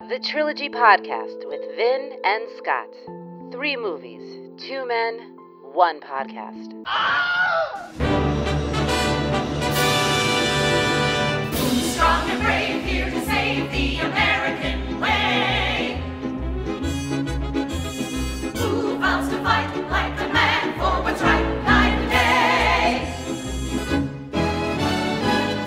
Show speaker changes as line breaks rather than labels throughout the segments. The Trilogy Podcast with Vin and Scott. Three movies, two men, one podcast.
Strong and brave, here to save the American way. Who vows to fight like a man for what's right night and day?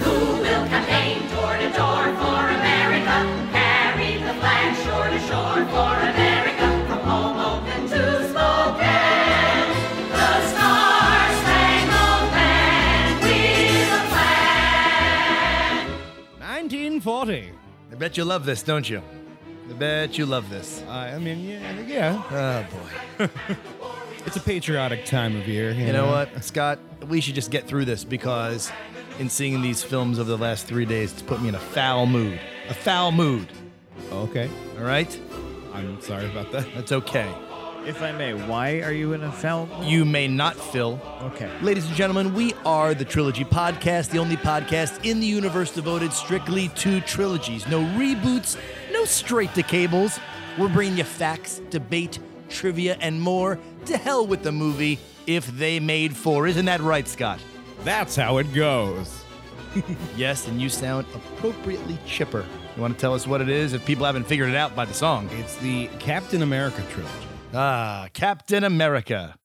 Who will campaign door to door for America? Carry the flag shore to shore for America. From home open to smoking. The Star Spangled Banner, we the flag.
1940.
I bet you love this, don't you? I bet you love this.
I mean, yeah, I think, yeah.
Oh boy.
It's a patriotic time of year.
You know what, Scott? We should just get through this because in seeing these films over the last three days, it's put me in a foul mood. A foul mood.
Okay.
All right?
I'm sorry about that.
That's okay.
If I may, why are you in a foul?
You may not, Phil.
Okay.
Ladies and gentlemen, we are the Trilogy Podcast, the only podcast in the universe devoted strictly to trilogies. No reboots, no straight to cables. We're bringing you facts, debate, trivia, and more. To hell with the movie if they made four. Isn't that right, Scott?
That's how it goes.
Yes, and you sound appropriately chipper. You want to tell us what it is if people haven't figured it out by the song?
It's the Captain America trilogy.
Ah, Captain America.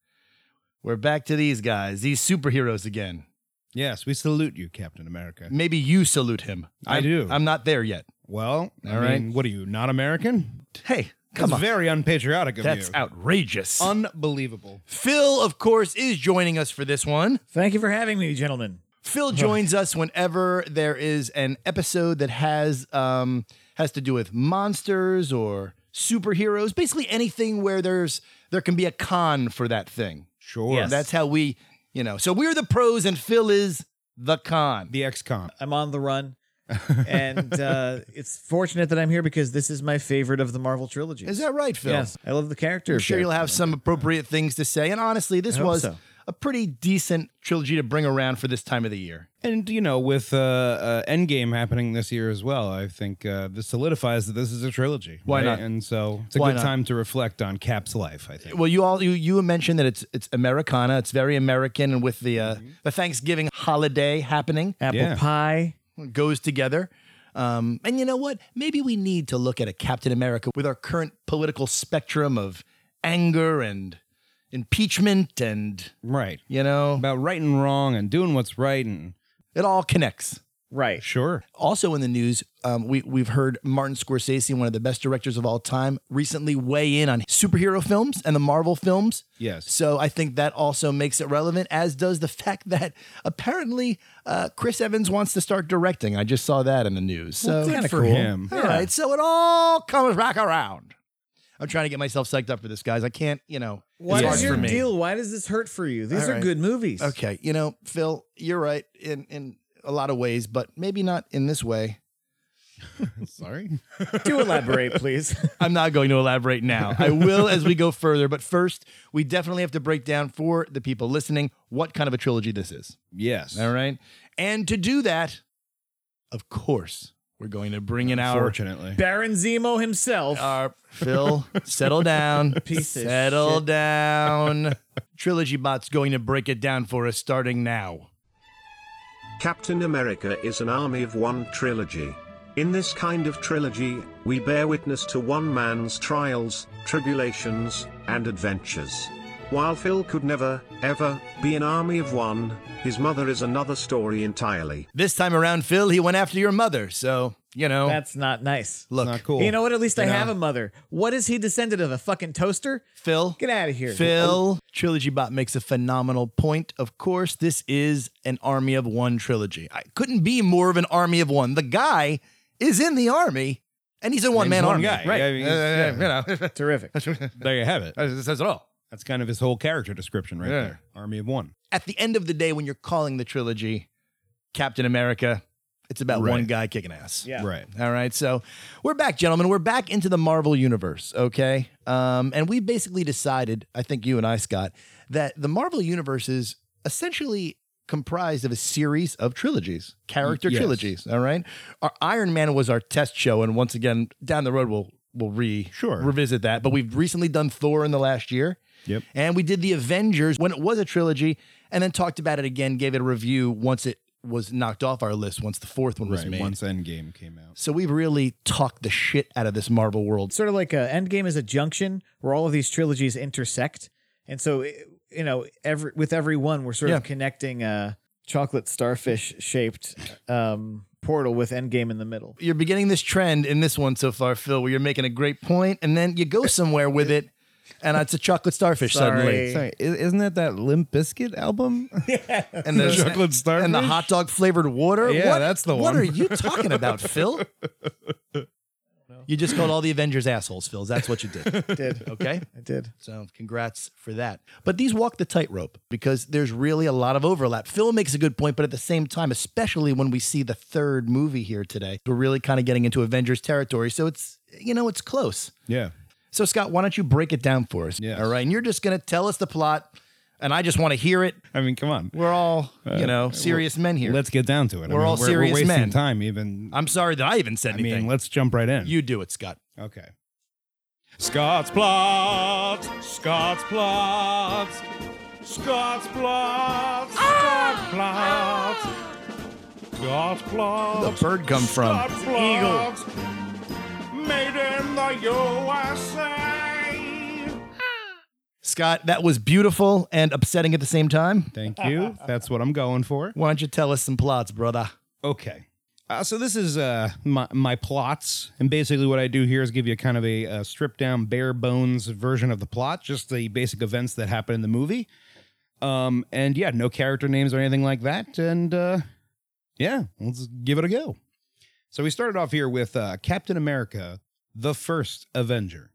We're back to these guys, these superheroes again.
Yes, we salute you, Captain America.
Maybe you salute him.
I
I'm-
do.
I'm not there yet.
Well, I
All right.
mean, what are you, not American?
Hey, come
That's
on.
very unpatriotic of
That's
you.
outrageous.
Unbelievable.
Um, Phil, of course, is joining us for this one.
Thank you for having me, gentlemen.
Phil joins us whenever there is an episode that has um, has to do with monsters or superheroes, basically anything where there's there can be a con for that thing.
Sure.
That's how we, you know. So we're the pros, and Phil is the con.
the ex-con.
I'm on the run, and uh, it's fortunate that I'm here because this is my favorite of the Marvel trilogy.
is that right, Phil?
Yes, I love the character.
I'm sure you'll have some appropriate things to say. And honestly, this
hope
was
so.
a pretty decent trilogy to bring around for this time of the year.
And you know, with uh, uh, Endgame happening this year as well, I think uh, this solidifies that this is a trilogy.
Why
right?
not?
And so it's a
Why
good
not?
time to reflect on Cap's life. I think.
Well, you all you you mentioned that it's it's Americana. It's very American, and with the uh, the Thanksgiving holiday happening,
apple
Yeah.
pie.
it goes together. Um, and you know what? Maybe we need to look at a Captain America with our current political spectrum of anger and impeachment, and
Right.
you know,
About right and wrong and doing what's right and
it all connects.
Right.
sure.
Also in the news, um, we we've heard Martin Scorsese, one of the best directors of all time, recently weigh in on superhero films and the Marvel films.
Yes.
So I think that also makes it relevant, as does the fact that apparently uh, Chris Evans wants to start directing. I just saw that in the news. So
Well, good for him.
All
Yeah.
right, so it all comes back around. I'm trying to get myself psyched up for this, guys. I can't, you know.
What
it's hard
is your
for me.
deal? Why does this hurt for you? These
All
are
right.
good movies.
Okay, you know, Phil, you're right in in a lot of ways, but maybe not in this way.
Sorry.
Do elaborate, please.
I'm not going to elaborate now. I will as we go further, but first, we definitely have to break down for the people listening what kind of a trilogy this is.
Yes.
All right. And to do that, of course, we're going to bring in our,
Unfortunately.
Baron Zemo himself.
our Phil, settle down.
Piece of
settle
shit.
down. Trilogy Bot's going to break it down for us starting now.
Captain America is an army of one trilogy. In this kind of trilogy, we bear witness to one man's trials, tribulations, and adventures. While Phil could never, ever, be an army of one, his mother is another story entirely.
This time around, Phil, he went after your mother. So, you know,
That's not nice.
look,
Not cool.
You know what? At least I
You know.
have a mother. What is he descended of? A fucking toaster?
Phil.
Get out of here.
Phil, Trilogy Bot makes a phenomenal point. Of course, this is an Army of One trilogy. I couldn't be more of an Army of One. The guy is in the army, and he's a one man
one
army.
guy.
Right?
I mean,
Uh,
yeah.
You know,
Oh, Terrific.
there you have it.
that says it all.
That's kind of his whole character description right
Yeah.
there. Army of one.
At the end of the day, when you're calling the trilogy Captain America, it's about
Right.
one guy kicking ass.
Yeah.
Right.
All right. So we're back, gentlemen. We're back into the Marvel universe. Okay. Um, and we basically decided, I think you and I, Scott, that the Marvel universe is essentially comprised of a series of trilogies, character
Y- yes.
trilogies. All right. Our Iron Man was our test show, and once again, down the road we'll we'll re
Sure.
revisit that. But we've recently done Thor in the last year.
Yep.
And we did the Avengers when it was a trilogy, and then talked about it again, gave it a review once it was knocked off our list, once the fourth one was
Right.
made.
Once Endgame came out.
So we've really talked the shit out of this Marvel world.
sort of like a Endgame is a junction where all of these trilogies intersect, and so it- you know every with every one we're sort of
Yeah.
connecting a chocolate starfish shaped um, portal with Endgame in the middle.
You're beginning this trend in this one so far, Phil, where you're making a great point, and then you go somewhere with it, and it's a chocolate starfish
Sorry.
suddenly.
Sorry, i- isn't that that Limp Biscuit album?
And the
Chocolate starfish?
And the hot dog flavored water.
Yeah,
What-
that's the
What
one.
are you talking about, Phil? You just called all the Avengers assholes, Phil. That's what you did.
I did
Okay.
I did?
So congrats for that. But these walk the tightrope because there's really a lot of overlap. Phil makes a good point, but at the same time, especially when we see the third movie here today, we're really kind of getting into Avengers territory. So it's, you know, it's close.
Yeah.
So, Scott, why don't you break it down for us?
Yes.
All right. And you're just going to tell us the plot, and I just want to hear it.
I mean, come on. Uh,
We're all, you know, serious men here.
Let's get down to it. I
We're
mean,
all serious
we're wasting
men.
time even.
I'm sorry that I even said
I
anything.
mean, let's jump right in.
you do it, Scott.
Okay. Scott's plot. Scott's plot. Scott's plot. Scott's plot. Scott's
The
plot.
bird come from.
Scott's plot. Eagle. Made in the USA.
Scott, that was beautiful and upsetting at the same time.
Thank you. That's what I'm going for.
Why don't you tell us some plots, brother?
Okay. Uh, so this is uh, my, my plots, and basically what I do here is give you kind of a, uh stripped down, bare bones version of the plot, just the basic events that happen in the movie. Um, and yeah, no character names or anything like that. And uh, yeah, let's give it a go. So we started off here with uh, Captain America, the first Avenger.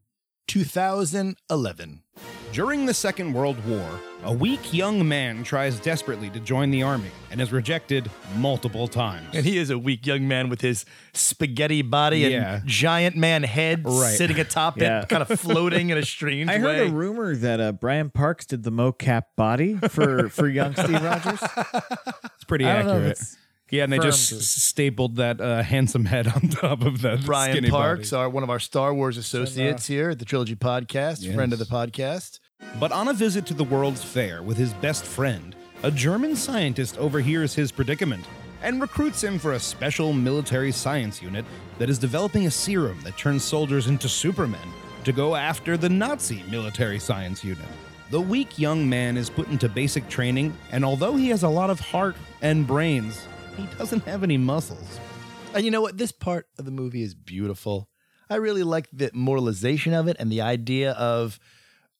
2011.
During the Second World War, a weak young man tries desperately to join the army and is rejected multiple times.
And he is a weak young man with his spaghetti body
Yeah.
and giant man head
Right.
sitting atop
Yeah.
it, kind of floating in a strange
I heard
way.
a rumor that uh, Brian Parks did the mocap body for for young Steve Rogers.
It's pretty
I don't know if
accurate.
it's
Yeah, and they just
confirmed.
s- stapled that uh, handsome head on top of that
Brian
skinny
Parks,
body.
our one of our Star Wars associates here at the Trilogy Podcast,
Yes.
friend of the podcast.
But on a visit to the World's Fair with his best friend, a German scientist overhears his predicament and recruits him for a special military science unit that is developing a serum that turns soldiers into supermen to go after the Nazi military science unit. The weak young man is put into basic training, and although he has a lot of heart and brains, he doesn't have any muscles.
And you know what? This part of the movie is beautiful. I really like the moralization of it and the idea of,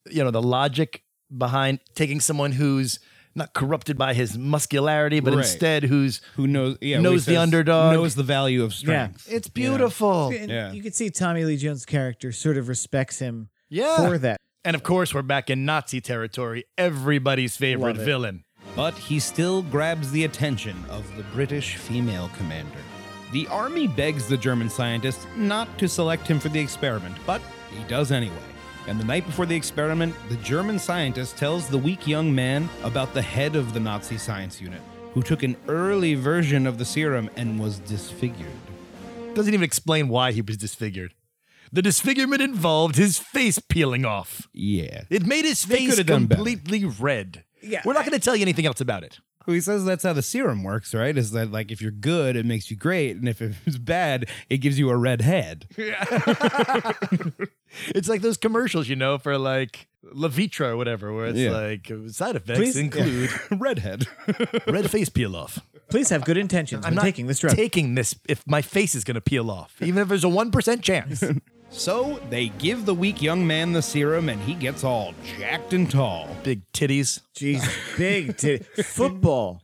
you know, the logic behind taking someone who's not corrupted by his muscularity, but
Right.
instead who's
Who knows? Yeah, what
Knows
he
the
says,
underdog.
knows the value of strength.
it's beautiful.
And
Yeah.
You could see Tommy Lee Jones' character sort of respects him
Yeah.
for that.
And of course, we're back in Nazi territory, everybody's favorite
Love it.
villain.
But he still grabs the attention of the British female commander. The army begs the German scientist not to select him for the experiment, but he does anyway. And the night before the experiment, the German scientist tells the weak young man about the head of the Nazi science unit, who took an early version of the serum and was disfigured.
Doesn't even explain why he was disfigured. The disfigurement involved his face peeling off.
Yeah.
It made his
They
face
could've done better.
completely red.
Yeah,
We're not going to tell you anything else about it.
Well, he says that's how the serum works, right? Is that like if you're good, it makes you great, and if it's bad, it gives you a red head.
It's like those commercials, you know, for like Levitra or whatever, where it's
Yeah.
like uh, side effects
Please-
include
Redhead.
red face peel off.
Please have good intentions
I'm
when
not
taking this drug.
Taking this if my face is going to peel off, even if there's a one percent chance.
So they give the weak young man the serum, and he gets all jacked and tall.
Big titties,
Jesus, big titty. football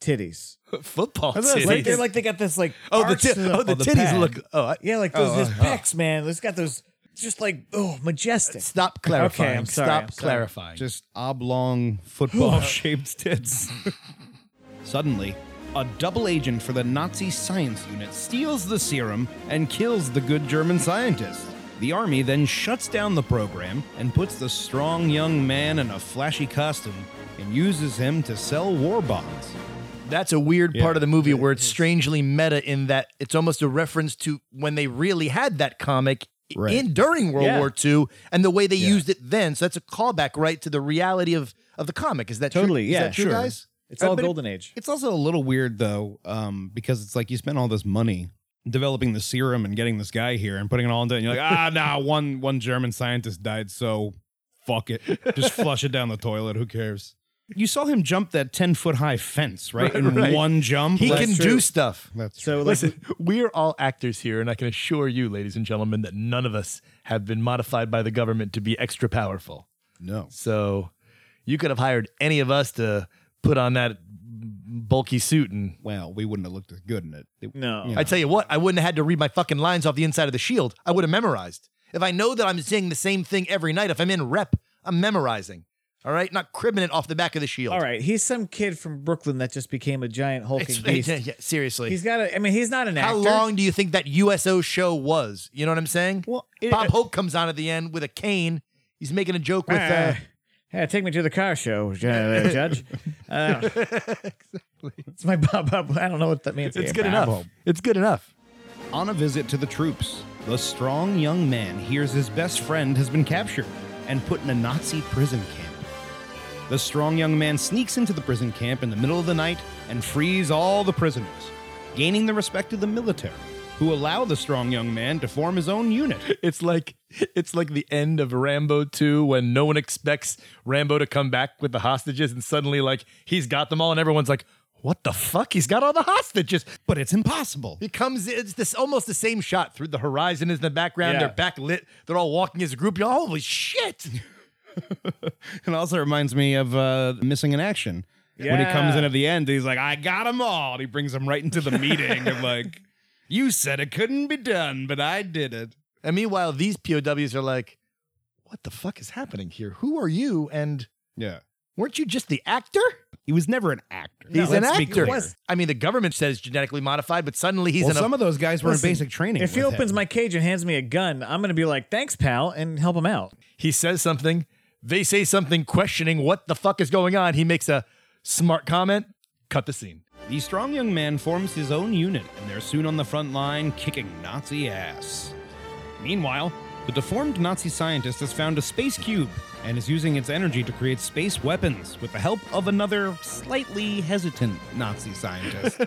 titties.
football titties.
Like, they're like they got this like
oh the
arch
ti-
to them
oh the
on
titties
pad. uh-huh.
look. Oh, I,
yeah like those
Oh,
those
oh, oh.
pecs man. It's got those just like oh majestic.
stop clarifying.
Okay, I'm sorry,
Stop
I'm sorry.
clarifying.
Just oblong football shaped tits. Suddenly, a double agent for the Nazi science unit steals the serum and kills the good German scientist. The Army then shuts down the program and puts the strong young man in a flashy costume and uses him to sell war bonds.
That's a weird
Yeah.
part of the movie where it's strangely meta in that it's almost a reference to when they really had that comic i-
Right.
in during World
Yeah.
War II and the way they
Yeah.
used it then. So that's a callback right to the reality of of the comic. Is that
Totally,
True? Is
yeah,
that true,
sure.
guys?
It's all
But it-
golden age.
It's also a little weird though, um, because it's like you spent all this money developing the serum and getting this guy here and putting it all into it. And you're like, ah, nah, one one German scientist died, so fuck it, just flush it down the toilet. Who cares? You saw him jump that ten foot high fence, right? In
right.
one jump,
He
That's
can
true.
do stuff.
That's true.
So like
Listen, we are all actors here, and I can assure you, ladies and gentlemen, that none of us have been modified by the government to be extra powerful.
no.
So you could have hired any of us to put on that bulky suit and
Well, we wouldn't have looked as good in it. It-
No.
you know.
I tell you what, I wouldn't have had to read my fucking lines off the inside of the shield. I would have memorized. If I know that I'm saying the same thing every night, if I'm in rep, I'm memorizing. All right, not cribbing it off the back of the shield.
all right, he's some kid from Brooklyn that just became a giant hulking
It's-
beast.
yeah, yeah, seriously.
He's got a I mean he's not an
How
actor.
long do you think that USO show was? You know what I'm saying?
Well, it-
Bob Hope comes on at the end with a cane. He's making a joke with. Uh,
Ah, yeah, take me to the car show, Ju- uh, Judge. Uh, It's my Bob Hope. I don't know what that means.
it's
Yeah,
good
Bob
enough.
Hope.
It's good enough.
On a visit to the troops, the strong young man hears his best friend has been captured and put in a Nazi prison camp. The strong young man sneaks into the prison camp in the middle of the night and frees all the prisoners, gaining the respect of the military, who allow the strong young man to form his own unit.
It's like it's like the end of Rambo 2 when no one expects Rambo to come back with the hostages and suddenly like he's got them all and everyone's like what the fuck? He's got all the hostages.
But it's impossible.
It comes it's this almost the same shot through the horizon is in the background.
Yeah.
They're backlit. They're all walking as a group. You're, holy shit.
And also reminds me of uh, Missing in Action. When he
Yeah.
comes in at the end, he's like, I got them all. And he brings them right into the meeting of like, you said it couldn't be done, but I did it.
And meanwhile, these POWs are like, what the fuck is happening here? Who are you? And
Yeah.
weren't you just the actor?
He was never an actor.
He's an
let's be
actor.
clear.
I mean, the government says genetically modified, but suddenly he's
well,
in a
some of those guys were
Listen,
in basic training.
If he
with
opens
him.
my cage and hands me a gun, I'm gonna be like, "Thanks, pal," and help him out.
He says something. They say something questioning what the fuck is going on. He makes a smart comment. Cut the scene.
the strong young man forms his own unit, and they're soon on the front line kicking Nazi ass. Meanwhile, the deformed Nazi scientist has found a space cube and is using its energy to create space weapons with the help of another slightly hesitant Nazi scientist.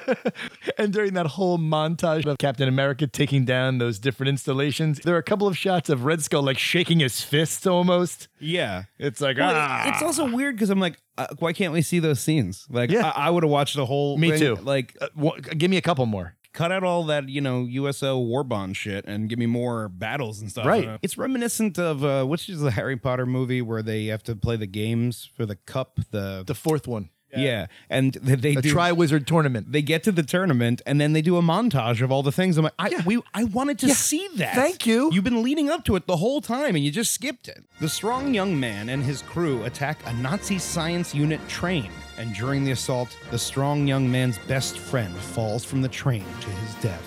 And during that whole montage of Captain America taking down those different installations, there are a couple of shots of Red Skull like shaking his fist almost.
yeah.
It's like,
Well, it-
ah.
It's also weird because I'm like, uh, why can't we see those scenes? Like,
Yeah.
I, I would have watched the whole.
Me
thing,
too.
Like,
Uh, wha- give me a couple more.
cut out all that you know USO war bond shit and give me more battles and stuff.
Right.
It's reminiscent of uh, which is the Harry Potter movie where they have to play the games for the cup. The,
The fourth one,
yeah. and th- they
the
do.
Tri Wizard tournament.
they get to the tournament and then they do a montage of all the things. I'm like, I we I wanted to see that.
Thank you.
You've been leading up to it the whole time and you just skipped it. The strong young man and his crew attack a Nazi science unit train, and during the assault, the strong young man's best friend falls from the train to his death.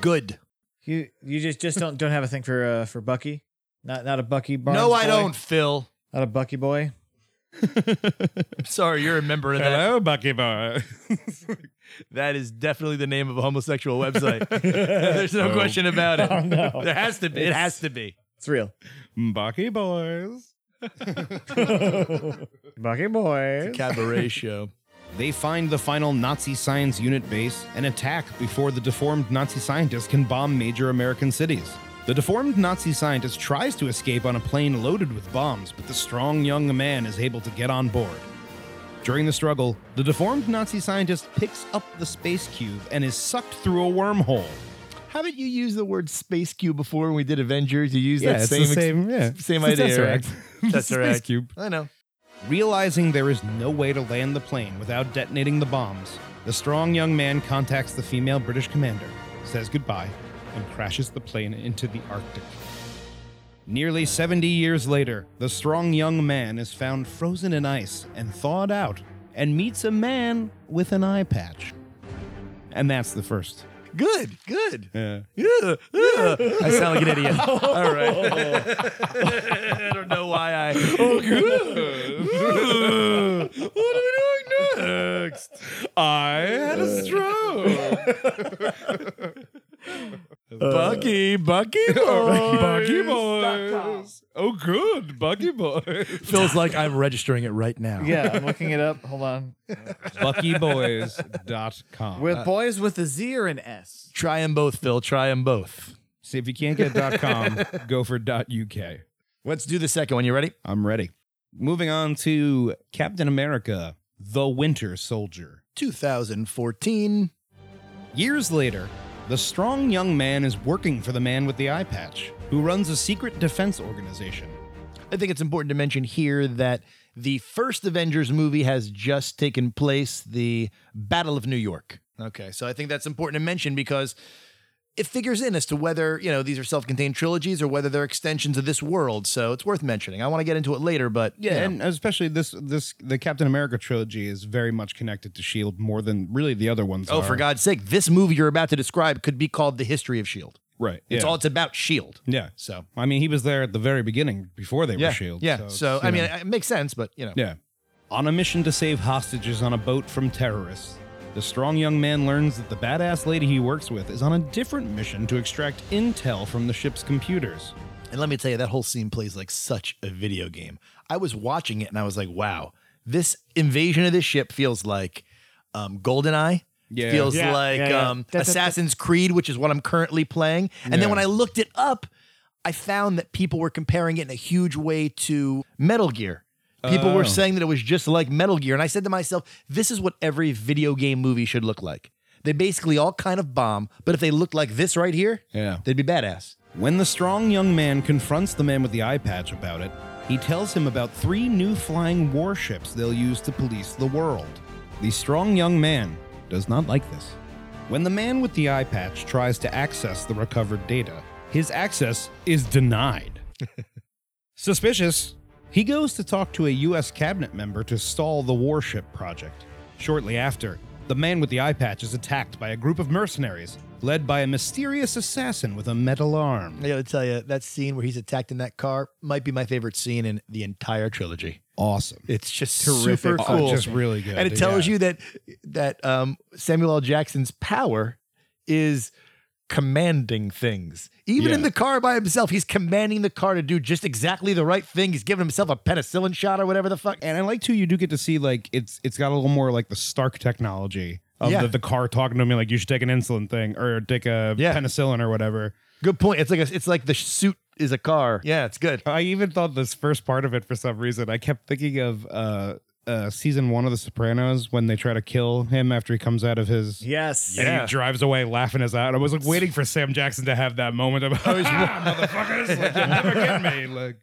Good.
You you just just don't don't have a thing for uh for Bucky. Not not a Bucky. Barnes
no, I
boy?
don't, Phil.
Not a Bucky boy.
I'm sorry, you're a member of that.
Hello, Bucky Boy.
That is definitely the name of a homosexual website. There's no question about it.
Oh, no.
There has to be. It has to be.
It's real.
Bucky Boys.
Bucky boy.
Cabaret show.
They find the final Nazi science unit base and attack before the deformed Nazi scientist can bomb major American cities. The deformed Nazi scientist tries to escape on a plane loaded with bombs, but the strong young man is able to get on board. During the struggle, the deformed Nazi scientist picks up the space cube and is sucked through a wormhole.
Haven't you used the word space cube before when we did Avengers? You used that same, ex- same
It's a
idea. Right?
tesseract. It's a space
Tesseract.
cube.
I know.
Realizing there is no way to land the plane without detonating the bombs, the strong young man contacts the female British commander, says goodbye, and crashes the plane into the Arctic. Nearly 70 years later, the strong young man is found frozen in ice and thawed out and meets a man with an eye patch. And that's the first
Good, good.
Yeah.
Yeah, Uh, yeah. I sound like an idiot. All right. I don't know why I. Oh, good. what are we doing next? I had a stroke. Bucky, Bucky boys. Bucky boys. Oh, good. Bucky boys. Feels like I'm registering it right now.
Yeah, I'm looking it up. Hold on.
BuckyBoys.com.
Uh,
With boys with a Z or an S.
Try them both, Phil. Try them both.
See if you can't get .com, go for .uk.
Let's do the second one. You ready?
I'm ready. Moving on to Captain America: The Winter Soldier.
2014.
Years later, the strong young man is working for the man with the eye patch, who runs a secret defense organization.
I think it's important to mention here that the first Avengers movie has just taken place, the Battle of New York. Okay, so I think that's important to mention because it figures in as to whether, you know, these are self-contained trilogies or whether they're extensions of this world. So it's worth mentioning. I want to get into it later, but you
Yeah,
know.
and especially this this the Captain America trilogy is very much connected to Shield E more than really the other ones.
Oh,
are.
for God's sake, this movie you're about to describe could be called The History of S.H.I.E.L.D.
Right.
E It's
yeah.
all it's about S.H.I.E.L.D.
Yeah.
So,
I mean, he was there at the very beginning before they
yeah.
were Shield.
yeah. So,
it's,
I
you
mean,
know.
it makes sense, but, you know.
Yeah. On a mission to save hostages on a boat from terrorists, the strong young man learns that the badass lady he works with is on a different mission to extract intel from the ship's computers.
And let me tell you, that whole scene plays like such a video game. I was watching it and I was like, wow, this invasion of this ship feels like um, GoldenEye.
Yeah.
Feels
Yeah,
like
yeah, yeah.
Um,
Da, da, da.
Assassin's Creed, which is what I'm currently playing. And then when I looked it up, I found that people were comparing it in a huge way to Metal Gear. People were
Oh.
saying that it was just like Metal Gear. And I said to myself, this is what every video game movie should look like. They basically all kind of bomb, but if they looked like this right here,
Yeah.
they'd be badass.
When the strong young man confronts the man with the eye patch about it, he tells him about three new flying warships they'll use to police the world. The strong young man does not like this. When the man with the eye patch tries to access the recovered data, his access is denied. Suspicious, he goes to talk to a U.S. cabinet member to stall the warship project. Shortly after, the man with the eye patch is attacked by a group of mercenaries led by a mysterious assassin with a metal arm.
I gotta tell you, that scene where he's attacked in that car might be my favorite scene in the entire trilogy.
Awesome.
It's just
Terrific.
super
Oh,
cool,
just really good,
and it tells
yeah.
you that that um, Samuel L. Jackson's power is commanding things. Even in
Yeah.
the car by himself, he's commanding the car to do just exactly the right thing. He's giving himself a penicillin shot or whatever the fuck.
And I like too. You do get to see like it's it's got a little more like the Stark technology of
Yeah.
the, the car talking to me like you should take an insulin thing or take a
Yeah.
penicillin or whatever.
Good point. It's like a, it's like the suit is a car. Yeah, it's good.
I even thought this first part of it for some reason. I kept thinking of uh, uh, season one of The Sopranos when they try to kill him after he comes out of his.
Yes.
And he drives away laughing his out. I was like waiting for Sam Jackson to have that moment of, ah, motherfuckers, like, you'll never get me. Like,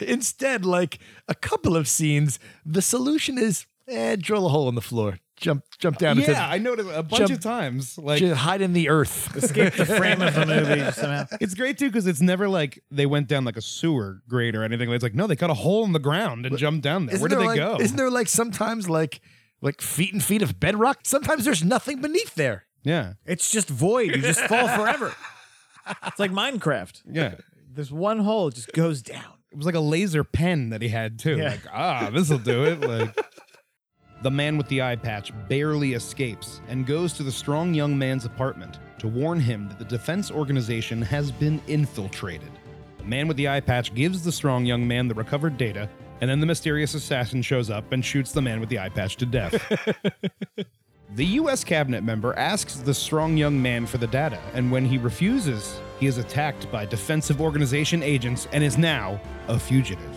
Instead, like a couple of scenes, the solution is eh, drill a hole in the floor, jump jump down into
yeah, I noticed a bunch
Jump-
of times. Like,
Just hide in the earth.
Escape the frame of the movie somehow.
It's great too because it's never like they went down like a sewer grate or anything. It's like no, they cut a hole in the ground and jumped down there.
Isn't
Where did
there
they
like-
go?
Isn't there like sometimes like like feet and feet of bedrock? Sometimes there's nothing beneath there.
yeah,
It's just void. You just fall forever. It's like Minecraft.
yeah.
There's one hole, it just goes down.
It was like a laser pen that he had too.
Yeah.
Like ah, this will do it. Like the man with the eye patch barely escapes and goes to the strong young man's apartment to warn him that the defense organization has been infiltrated. The man with the eye patch gives the strong young man the recovered data, and then the mysterious assassin shows up and shoots the man with the eye patch to death. The U.S. cabinet member asks the strong young man for the data, and when he refuses, he is attacked by defensive organization agents and is now a fugitive.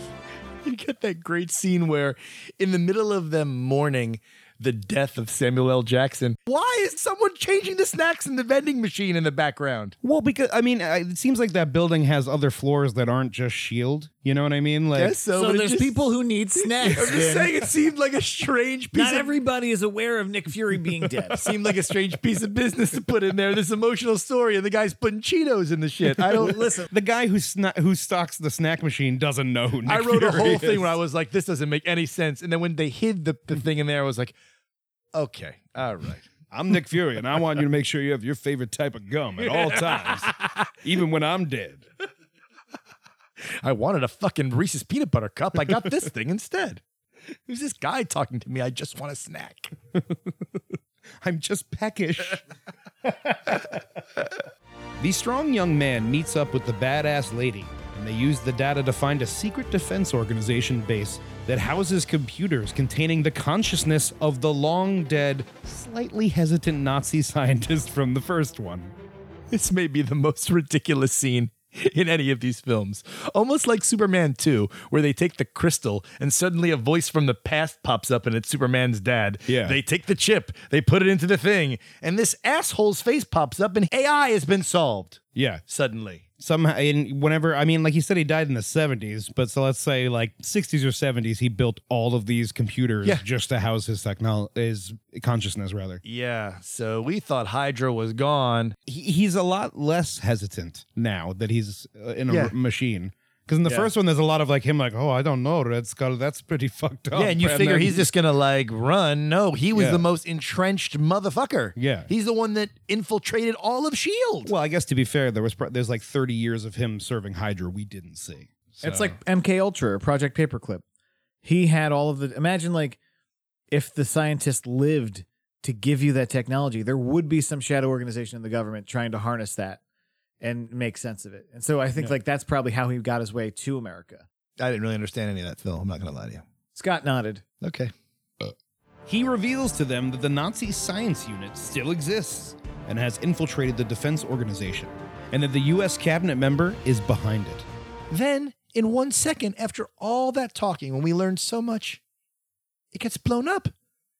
You get that great scene where in the middle of them mourning the death of Samuel L. Jackson, why is someone changing the snacks in the vending machine in the background?
Well, because I mean, I- it seems like that building has other floors that aren't just Shield. E You know what I mean? Like,
Guess so,
So
but it
there's
just-
people who need
I'm
snacks.
just
Vin.
saying it seemed like a strange piece
Not
of
everybody is aware of Nick Fury being dead.
seemed like a strange piece of business to put in there. This emotional story, and the guy's putting Cheetos in the shit. I don't listen.
the guy who sna- who stocks the snack machine doesn't know. Who Nick
I wrote a
Fury
whole
is.
thing where I was like, "This doesn't make any sense," and then when they hid the, the thing in there, I was like, "Okay, all right."
I'm Nick Fury, and I want you to make sure you have your favorite type of gum at all times, even when I'm dead.
I wanted a fucking Reese's peanut butter cup. I got this thing instead. Who's this guy talking to me? I just want a snack.
I'm just peckish. the strong young man meets up with the badass lady, and they use the data to find a secret defense organization base that houses computers containing the consciousness of the long dead, slightly hesitant Nazi scientist from the first one.
This may be the most ridiculous scene in any of these films. Almost like Superman 2, where they take the crystal and suddenly a voice from the past pops up and it's Superman's dad.
Yeah.
They take the chip, they put it into the thing, and this asshole's face pops up and AI has been solved
Yeah,
suddenly.
somehow, and whenever, I mean, like he said, he died in the 70s, but so let's say like 60s or 70s, he built all of these computers
Yeah.
just to house his technology, his consciousness, rather.
Yeah, so we thought Hydra was gone.
he, he's a lot less hesitant now that he's uh, in a
Yeah.
r- machine. Because in the
Yeah.
first one, there's a lot of like him, like, oh, I don't know, Red Skull, that's pretty fucked up.
yeah, and you figure
then-
he's just gonna like run. No, he was
Yeah.
the most entrenched motherfucker.
Yeah.
he's the one that infiltrated all of Shield.
Well, I guess to be fair, there was pro- there's like 30 years of him serving Hydra we didn't see.
It's like MK Ultra or Project Paperclip. He had all of the imagine like if the scientist lived to give you that technology, there would be some shadow organization in the government trying to harness that and make sense of it. And so I think like that's probably how he got his way to America.
I didn't really understand any of that, Phil. I'm not gonna lie to you.
Scott nodded.
Okay,
He reveals to them that the Nazi science unit still exists and has infiltrated the defense organization, and that the U.S. cabinet member is behind it.
then in one second after all that talking, when we learned so much, it gets blown up.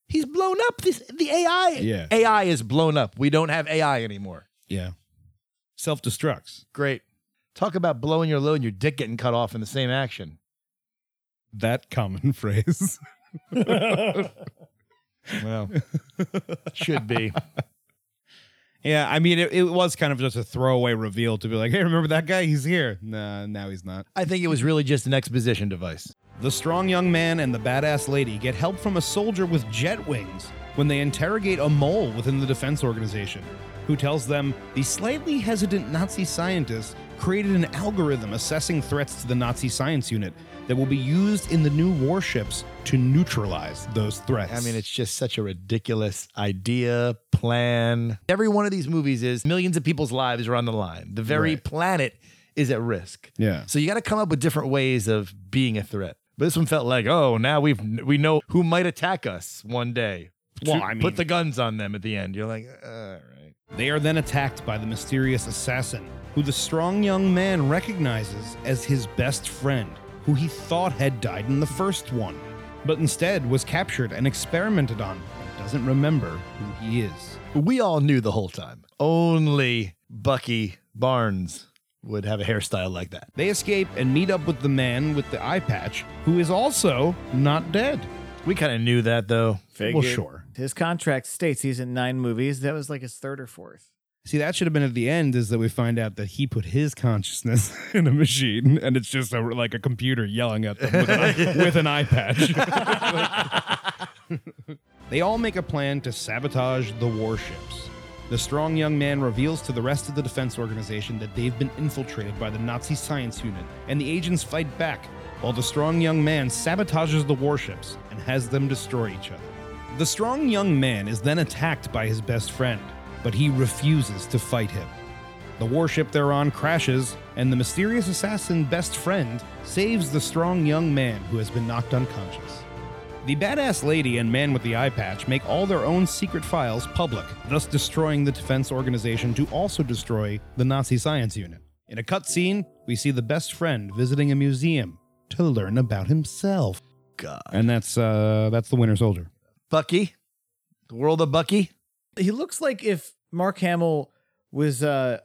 He's blown up. This the AI.
Yeah.
AI is blown up. We don't have AI anymore.
Yeah. Self destructs.
Great. Talk about blowing your load and your dick getting cut off in the same action.
That common phrase.
Well, should be.
Yeah, I mean, it, it was kind of just a throwaway reveal to be like, hey, remember that guy? He's here. Nah, now he's not.
I think it was really just an exposition device.
The strong young man and the badass lady get help from a soldier with jet wings when they interrogate a mole within the defense organization, who tells them the slightly hesitant Nazi scientist created an algorithm assessing threats to the Nazi science unit that will be used in the new warships to neutralize those threats.
I mean, it's just such a ridiculous idea, plan. Every one of these movies is millions of people's lives are on the line. The very
Right.
planet is at risk.
Yeah.
So you got to come up with different ways of being a threat. But this one felt like, oh, now we've we know who might attack us one day.
Well, I mean-
put the guns on them at the end. You're like, all right.
They are then attacked by the mysterious assassin, who the strong young man recognizes as his best friend, who he thought had died in the first one, but instead was captured and experimented on and doesn't remember who he is.
We all knew the whole time. Only Bucky Barnes would have a hairstyle like that.
They escape and meet up with the man with the eye patch, who is also not dead.
We kind of knew that though.
Well, sure.
His contract states he's in nine movies. That was like his third or fourth.
See, that should have been at the end, is that we find out that he put his consciousness in a machine, and it's just a, like a computer yelling at them with an, eye- with an eye patch. They all make a plan to sabotage the warships. The strong young man reveals to the rest of the defense organization that they've been infiltrated by the Nazi science unit, and the agents fight back, while the strong young man sabotages the warships and has them destroy each other. The strong young man is then attacked by his best friend, but he refuses to fight him. The warship they're on crashes, and the mysterious assassin best friend saves the strong young man who has been knocked unconscious. The badass lady and man with the eye patch make all their own secret files public, thus destroying the defense organization to also destroy the Nazi science unit. In a cutscene, we see the best friend visiting a museum to learn about himself,
God.
and that's uh, that's the Winter Soldier.
Bucky, the world of Bucky.
He looks like if Mark Hamill was uh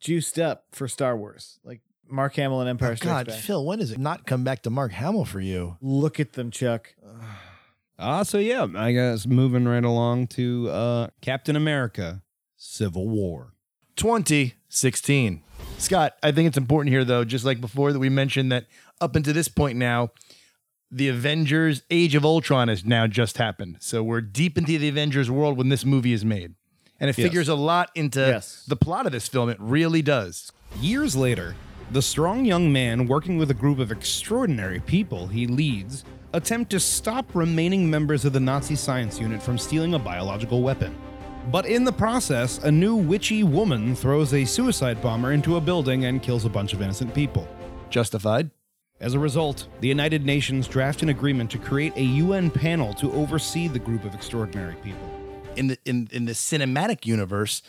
juiced up for Star Wars. Like Mark Hamill and Empire Strikes
Oh, God,
Back.
Phil, when does it not come back to Mark Hamill for you?
Look at them, Chuck.
Ah, so yeah, I guess moving right along to uh, Captain America: Civil War.
2016. Scott, I think it's important here, though, just like before, that we mentioned that up until this point now, the Avengers Age of Ultron has now just happened. So we're deep into the Avengers world when this movie is made. And it
Yes.
figures a lot into
Yes.
the plot of this film. It really does.
Years later, the strong young man working with a group of extraordinary people he leads attempt to stop remaining members of the Nazi science unit from stealing a biological weapon. But in the process, a new witchy woman throws a suicide bomber into a building and kills a bunch of innocent people.
Justified.
As a result, the United Nations draft an agreement to create a UN panel to oversee the group of extraordinary people.
in the in, in the cinematic universe,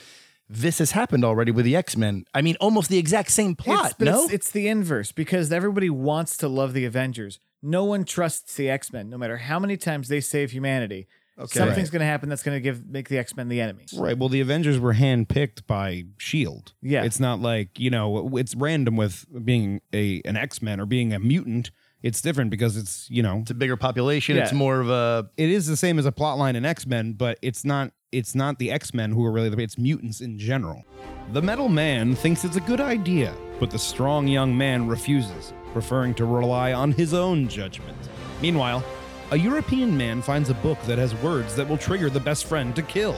this has happened already with the X Men. I mean, almost the exact same plot.
It's, but
no,
it's, it's the inverse because everybody wants to love the Avengers. No one trusts the X Men, no matter how many times they save humanity. Something's going to happen that's going to give make the X Men the enemy.
Right. Well, the Avengers were handpicked by Shield.
Yeah.
E It's not like you know it's random with being a an X Men or being a mutant. It's different because it's you know
it's a bigger population. It's
Yeah.
more of a
it is the same as a plot line in X Men, but it's not it's not the X Men who are really the it's mutants in general. The Metal Man thinks it's a good idea, but the strong young man refuses, preferring to rely on his own judgment. Meanwhile, a European man finds a book that has words that will trigger the best friend to kill.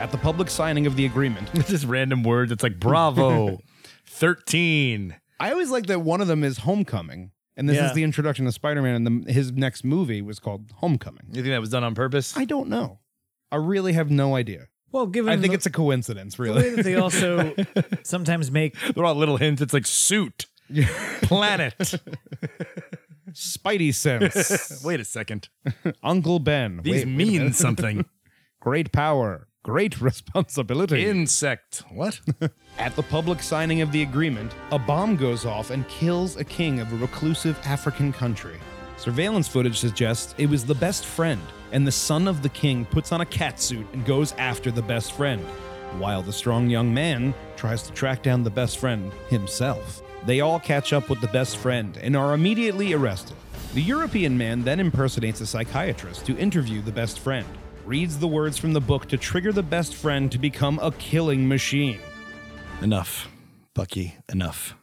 At the public signing of the agreement,
it's just random words. It's like Bravo, thirteen.
I always like that one of them is Homecoming, and this
Yeah.
is the introduction of Spider-Man, and the, his next movie was called Homecoming.
You think that was done on purpose?
I don't know. I really have no idea.
Well, given
I think
the,
it's a coincidence,
the way
really.
that they also sometimes make
They're all little hints. It's like suit, planet.
Spidey sense.
Wait a second.
Uncle Ben.
These
Wait, wait a
mean
minute.
something.
great power, great responsibility.
Insect. What?
At the public signing of the agreement, a bomb goes off and kills a king of a reclusive African country. Surveillance footage suggests it was the best friend, and the son of the king puts on a cat suit and goes after the best friend, while the strong young man tries to track down the best friend himself. They all catch up with the best friend and are immediately arrested. The European man then impersonates a psychiatrist to interview the best friend, reads the words from the book to trigger the best friend to become a killing machine.
Enough, Bucky. Enough.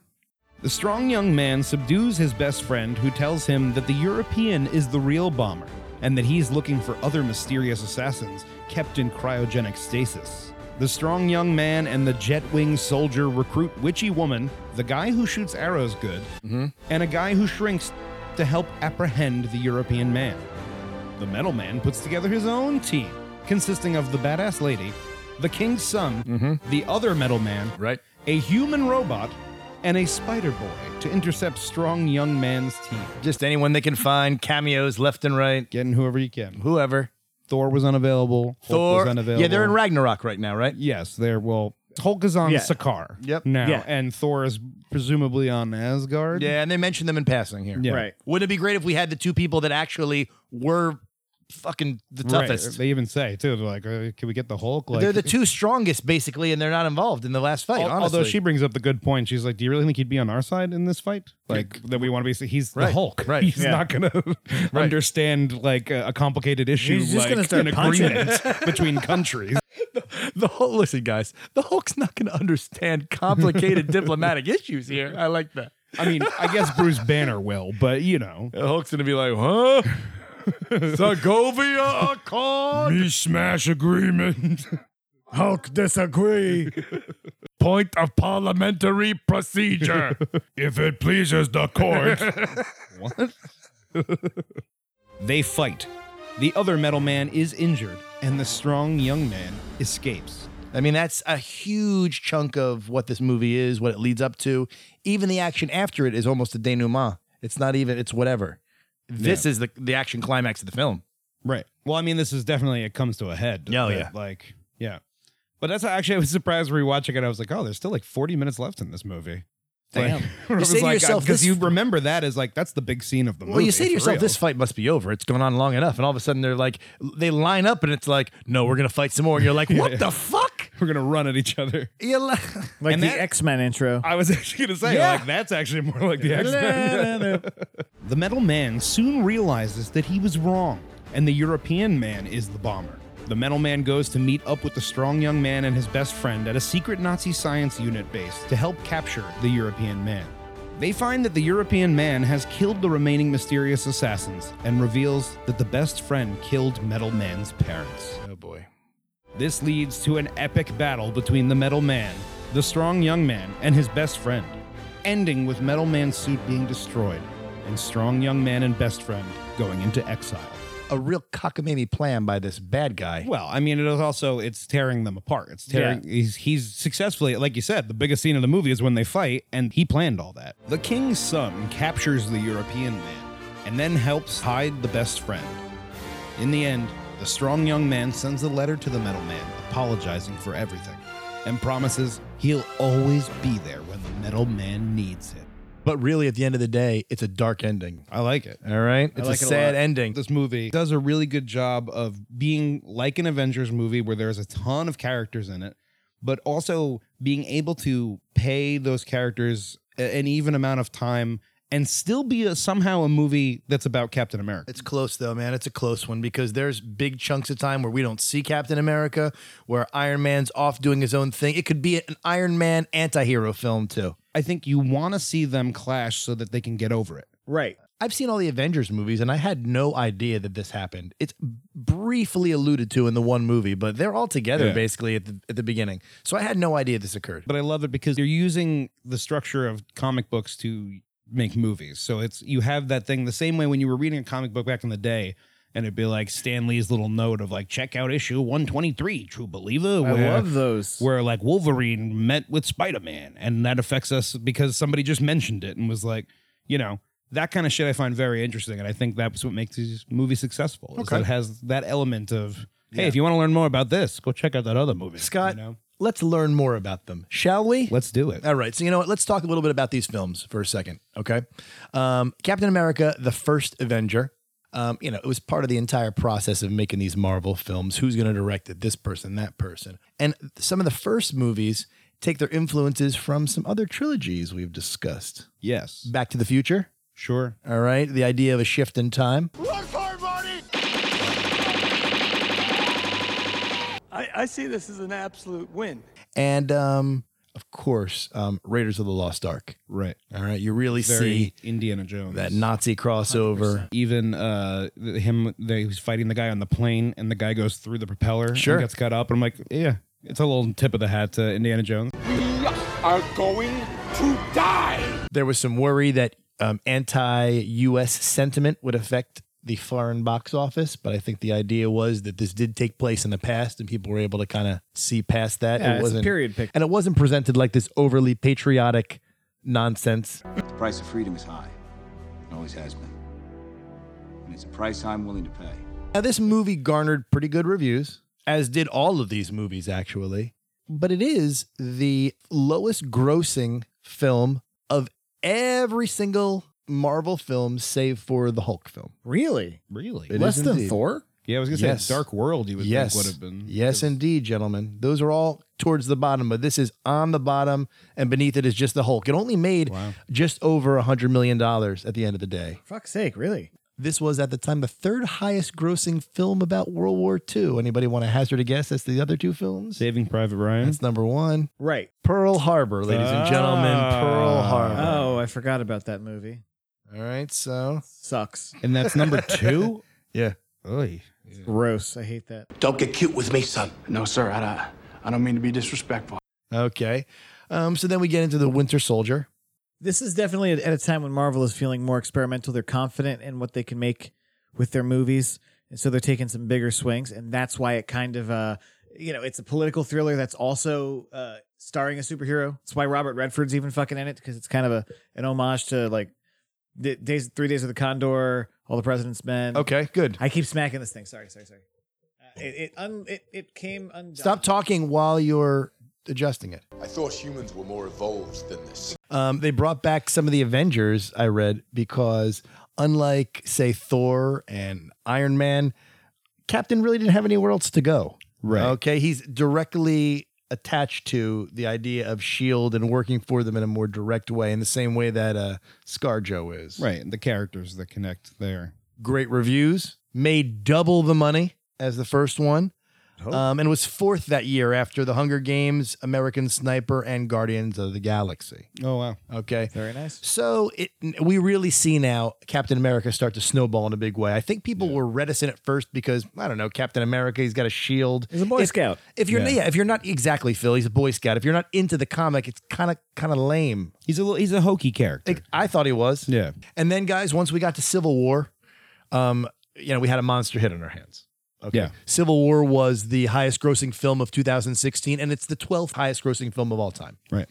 The strong young man subdues his best friend, who tells him that the European is the real bomber and that he's looking for other mysterious assassins kept in cryogenic stasis. The strong young man and the jet wing soldier recruit Witchy Woman, the guy who shoots arrows good, and a guy who shrinks to help apprehend the European man. The Metal Man puts together his own team, consisting of the badass lady, the king's son, the other Metal Man,
Right.
a human robot, and a spider boy to intercept strong young man's team.
Just anyone they can find. Cameos left and right.
Getting whoever you can.
Whoever.
Thor was unavailable. Hulk
Thor.
was unavailable.
Yeah, they're in Ragnarok right now, right?
Yes, they're well. Hulk is on
Yeah.
Sakaar.
Yep.
Now,
Yeah.
and Thor is presumably on Asgard.
Yeah, and they mentioned them in passing here.
Yeah.
right.
Wouldn't it be great if we had the two people that actually were fucking the
Right.
toughest?
They even say too. They're like, uh, "Can we get the Hulk?" Like,
They're the two strongest, basically, and they're not involved in the last fight.
al-
honestly.
although she brings up the good point, she's like, "Do you really think he'd be on our side in this fight? Like that we want to be? He's the
Right.
Hulk.
Right.
He's
Yeah.
not going to understand like a, a complicated issue.
He's just
like,
gonna start
an
punching.
agreement between countries.
the Hulk. Listen, guys, the Hulk's not going to understand complicated diplomatic issues here. I like that.
I mean, I guess Bruce Banner will, but you know.
The Hulk's going to be like, huh? Zagovia Accord.
Me smash agreement.
Hulk disagree.
Point of parliamentary procedure.
if it pleases the court. what? they fight. The other metal man is injured, and the strong young man escapes.
I mean, that's a huge chunk of what this movie is, what it leads up to. Even the action after it is almost a denouement. It's not even, it's whatever. This is the, the action climax of the film.
Right. Well, I mean, this is definitely it comes to a head.
Oh,
but,
yeah.
Like, yeah. But that's how- actually I was surprised rewatching it. I was like, oh, there's still like 40 minutes left in this movie.
Damn.
I
You
was
say to
like,
yourself,
because
this-
you remember that as like that's the big scene of the movie.
Well, you say to
for
yourself,
real.
this fight must be over. It's going on long enough. And all of a sudden they're like, they line up and it's like, no, we're going to fight some more. And you're like, what the fuck?
we're gonna run at each other.
You're like,
Like
And
the
that-
X Men intro.
I was actually gonna say,
Yeah.
like, that's actually more like the X Men. the metal man soon realizes that he was wrong, and the European man is the bomber. The metal man goes to meet up with the strong young man and his best friend at a secret Nazi science unit base to help capture the European man. They find that the European man has killed the remaining mysterious assassins and reveals that the best friend killed Metal Man's parents.
Oh boy.
This leads to an epic battle between the Metal Man, the strong young man, and his best friend, ending with Metal Man's suit being destroyed and strong young man and best friend going into exile.
A real cockamamie plan by this bad guy.
Well, I mean, it is also it's tearing them apart. It's tearing. He's he's successfully, like you said, the biggest scene of the movie is when they fight, and he planned all that. The king's son captures the European man, and then helps hide the best friend. In the end, the strong young man sends a letter to the metal man, apologizing for everything, and promises he'll always be there when the metal man needs him.
But really, at the end of the day, it's a dark ending.
I like it.
All right? It's
like
a
it a
sad
lot.
ending.
This movie does a really good job of being like an Avengers movie where there's a ton of characters in it, but also being able to pay those characters a- an even amount of time and still be a, somehow a movie that's about Captain America.
It's close though, man. It's a close one because there's big chunks of time where we don't see Captain America, where Iron Man's off doing his own thing. It could be an Iron Man anti-hero film too.
I think you want to see them clash so that they can get over it.
Right.
I've seen all the Avengers movies and I had no idea that this happened. It's briefly alluded to in the one movie, but they're all together
Yeah.
basically at the, at the beginning. So I had no idea this occurred.
But I love it because you're using the structure of comic books to make movies. So it's you have that thing the same way when you were reading a comic book back in the day, and it'd be like Stan Lee's little note of like, check out issue 123, True Believer.
I love those.
where like Wolverine met with Spider Man, and that affects us because somebody just mentioned it and was like, you know, that kind of shit I find very interesting, and I think that's what makes these movies successful. is
Okay.
that it has that element of hey, if you want to learn more about this, go check out that other movie.
Scott, Uh,
you know?
let's learn more about them, shall we?
let's do it.
All right. So, you know what? Let's talk a little bit about these films for a second. Okay. Um, Captain America, the first Avenger. Um, you know, it was part of the entire process of making these Marvel films. Who's going to direct it? This person, that person. And some of the first movies take their influences from some other trilogies we've discussed.
Yes,
Back to the Future.
sure.
All right. The idea of a shift in time.
I, I see this as an absolute win.
And, um, of course, um, Raiders of the Lost Ark.
Right.
All right. You really see
Very Indiana Jones.
that Nazi crossover.
even uh th- him they was fighting the guy on the plane and the guy goes through the propeller
Sure.
and gets cut up and I'm like, yeah, it's a little tip of the hat to Indiana Jones.
Are going to die.
There was some worry that um, anti US sentiment would affect the foreign box office, but I think the idea was that this did take place in the past and people were able to kind of see past that.
Yeah, it's a period picture.
And it wasn't presented like this overly patriotic nonsense.
The price of freedom is high. It always has been. And it's a price I'm willing to pay.
Now, this movie garnered pretty good reviews, as did all of these movies, actually. But it is the lowest grossing film of every single Marvel film, save for the Hulk film.
Really?
Really?
It
Less
is
than
indeed.
Thor?
yeah, I was gonna
Yes.
say Dark World you would
yes.
think would have been.
Yes, indeed, gentlemen. Those are all towards the bottom, but this is on the bottom, and beneath it is just the Hulk. It only made
Wow.
just over a $100 million at the end of the day.
Fuck's sake, really?
This was at the time the third highest grossing film about World War II. Anybody want to hazard a guess as to the other two films?
Saving Private Ryan.
That's number one.
Right.
Pearl Harbor, ladies and gentlemen. Pearl
Ah.
Harbor.
Oh, I forgot about that movie.
All right, so.
Sucks.
And that's number two?
Yeah.
Oy.
Gross. I hate that.
Don't get cute with me, son. No, sir, I don't, I don't mean to be disrespectful.
Okay. Um, so then we get into The Winter Soldier.
This is definitely at- at a time when Marvel is feeling more experimental. They're confident in what they can make with their movies, and so they're taking some bigger swings. And that's why it kind of, uh, you know, it's a political thriller that's also uh, starring a superhero. That's why Robert Redford's even fucking in it because it's kind of a an homage to like the days, three days of the Condor, all the President's Men.
Okay, good.
I keep smacking this thing. Sorry, sorry, sorry. Uh, it it, un, it it came undone.
Stop talking while you're adjusting it.
I thought humans were more evolved than this.
Um, they brought back some of the Avengers I read because, unlike say Thor and Iron Man, Captain really didn't have anywhere else to go.
Right.
Okay, he's directly attached to the idea of Shield E and working for them in a more direct way, in the same way that uh, ScarJo is.
Right. The characters that connect there.
Great reviews made double the money as the first one.
Oh.
um, and was fourth that year after The Hunger Games, American Sniper, and Guardians of the Galaxy.
Oh wow.
Okay.
Very nice.
So it, we really see now Captain America start to snowball in a big way. I think people were reticent at first because I don't know Captain America. He's got a shield.
He's a Boy
If-
Scout.
If you're yeah.
Yeah.
if you're not exactly Phil, he's a Boy Scout. If you're not into the comic, it's kind of kind of lame.
He's a little, he's a hokey character.
Like, I thought he was.
Yeah.
And then guys, once we got to Civil War, um, you know, we had a monster hit on our hands. Okay.
Yeah.
Civil War was the highest grossing film of 2016, and it's the 12th highest grossing film of all time.
Right.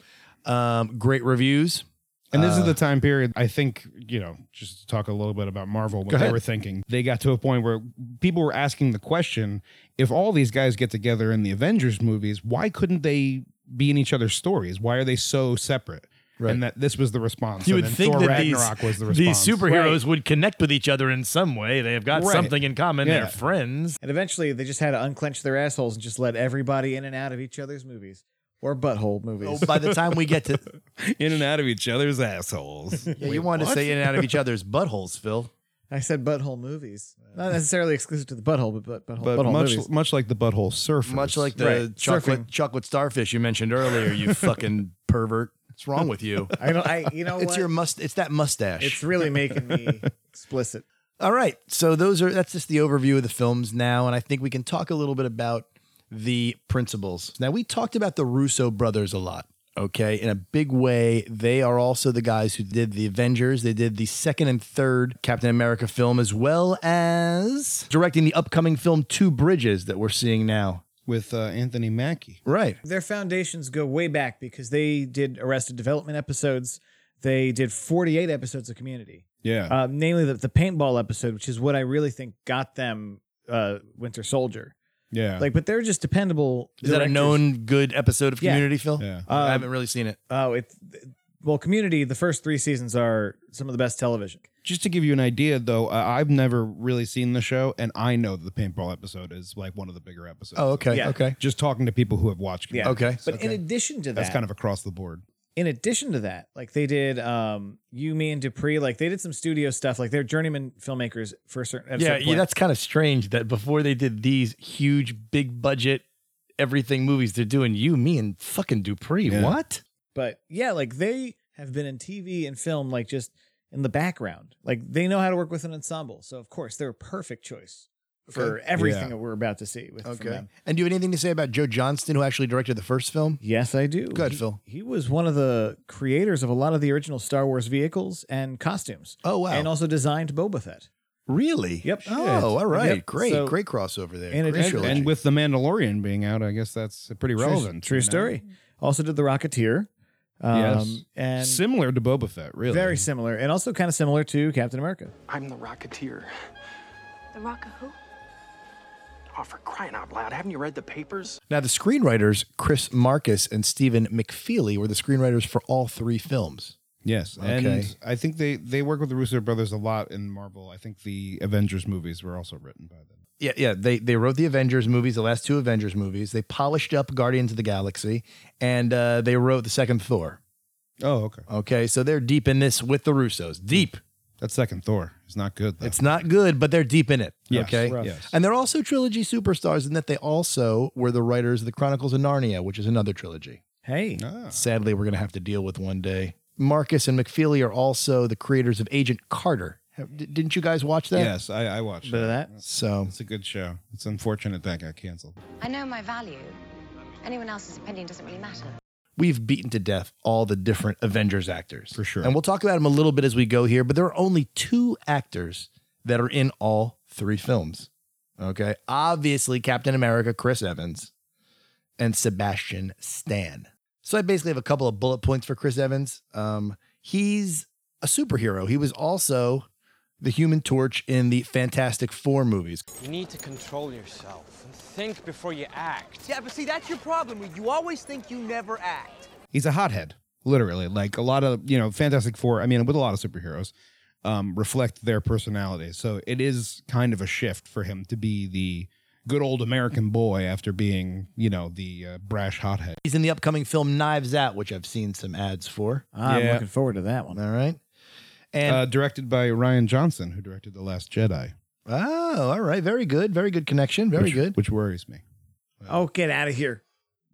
Um, great reviews.
And this is the time period, I think, you know, just to talk a little bit about Marvel, what
Go
they
ahead.
were thinking. They got to a point where people were asking the question if all these guys get together in the Avengers movies, why couldn't they be in each other's stories? Why are they so separate?
Right.
And that this was the response.
You
and
would
then
think
Thor
that these,
Ragnarok was the
these
response.
superheroes would connect with each other in some way. They have got
Right.
something in common. They're
Yeah.
friends.
And eventually, they just had to unclench their assholes and just let everybody in and out of each other's movies or butthole movies.
Oh, by the time we get to,
in and out of each other's assholes.
yeah, you wanted to say in and out of each other's buttholes, Phil.
I said butthole movies, not necessarily exclusive to the butthole, but, but butthole,
But
butthole
much
movies.
much like the butthole surfers.
Much like the
Right.
chocolate
Surfing.
chocolate starfish you mentioned earlier, you fucking pervert. What's wrong with you?
I don't. I you know
it's
what?
your must. It's that mustache.
It's really making me explicit.
All right. So those are that's just the overview of the films now, and I think we can talk a little bit about the principles. Now we talked about the Russo brothers a lot. Okay, in a big way, they are also the guys who did the Avengers. They did the second and third Captain America film, as well as directing the upcoming film Two Bridges that we're seeing now.
with uh, Anthony Mackie.
Right.
Their foundations go way back because they did Arrested Development episodes. They did 48 episodes of Community.
Yeah.
uh, namely the, the paintball episode, which is what I really think got them uh, Winter Soldier.
yeah.
Like, but they're just dependable.
Is that a
directors.
known good episode of
Yeah.
Community, Uh, Phil?
Yeah.
I
Um,
haven't really seen it.
Oh, it's well, Community. The first three seasons are some of the best television.
just to give you an idea though uh, i've never really seen the show and i know that the paintball episode is like one of the bigger episodes
Oh, okay.
Yeah.
Okay.
just talking to people who have watched
Yeah.
Okay.
But in addition to that,
that's kind of across the board
in addition to that, like they did, um, you, me, and Dupree. Like they did some studio stuff. Like they're journeyman filmmakers for a certain. at a
yeah,
certain
yeah,
point.
that's kind of strange that before they did these huge, big budget, everything movies, they're doing you, me, and fucking Dupree.
Yeah.
What?
But yeah, like they have been in TV and film, like just in the background. Like they know how to work with an ensemble. So of course they're a perfect choice for everything
Yeah.
that we're about to see with from them.
And do you have anything to say about Joe Johnston, who actually directed the first film?
Yes, I do.
Go ahead,
He-
Phil.
He was one of the creators of a lot of the original Star Wars vehicles and costumes.
Oh, wow.
And also designed Boba Fett.
Really?
Yep.
Oh, all right.
Yep.
Great.
So-
great crossover there.
And it-
Great
and-
and,
trilogy.
and with the mandalorian being out i guess that's pretty relevant
True,
you know?
story. Also did the Rocketeer. Um,
Yes.
And
similar to boba fett really
very similar, and also kind of similar to Captain America.
I'm the Rocketeer.
The Rock of who?
Oh, for crying out loud. Haven't you read the papers?
now, the screenwriters, Chris Marcus and Stephen McFeely, were the screenwriters for all three films.
yes
Okay.
and i think they they work with the russo brothers a lot in marvel i think the avengers movies were also written by them
Yeah, yeah. They they wrote the Avengers movies, the last two Avengers movies. They polished up Guardians of the Galaxy, and uh, they wrote the second Thor.
oh okay
Okay, so they're deep in this with the Russos. Deep.
that second thor is not good though.
It's not good, but they're deep in it.
Yes,
okay.
rough. Yes.
And they're also trilogy superstars in that they also were the writers of the Chronicles of Narnia, which is another trilogy.
Hey,
Ah.
Sadly, we're going to have to deal with one day. Marcus and McFeely are also the creators of Agent Carter. Have- di- didn't you guys watch that?
yes i i watched
bit of
it.
that.
So
it's a good show it's unfortunate that got canceled
I know my value. Anyone else's opinion doesn't really matter.
we've beaten to death all the different Avengers actors.
For sure.
And we'll talk about them a little bit as we go here, but there are only two actors that are in all three films. Okay. Obviously, Captain America, Chris Evans, and Sebastian Stan. So I basically have a couple of bullet points for Chris Evans. Um, he's a superhero. He was also the human torch in the Fantastic Four movies.
You need to control yourself and think before you act.
Yeah, but see, that's your problem. You always think you never act.
he's a hothead literally like a lot of you know fantastic four i mean with a lot of superheroes um reflect their personality so it is kind of a shift for him to be the good old american boy after being you know the uh, brash hothead
He's in the upcoming film Knives Out, which I've seen some ads for.
I'm
Yeah.
looking forward to that one.
All right. And
uh, directed by ryan johnson who directed the last jedi
Oh, all right. Very good. Very good connection. Very
which-
good.
which worries me
Oh, get out of here.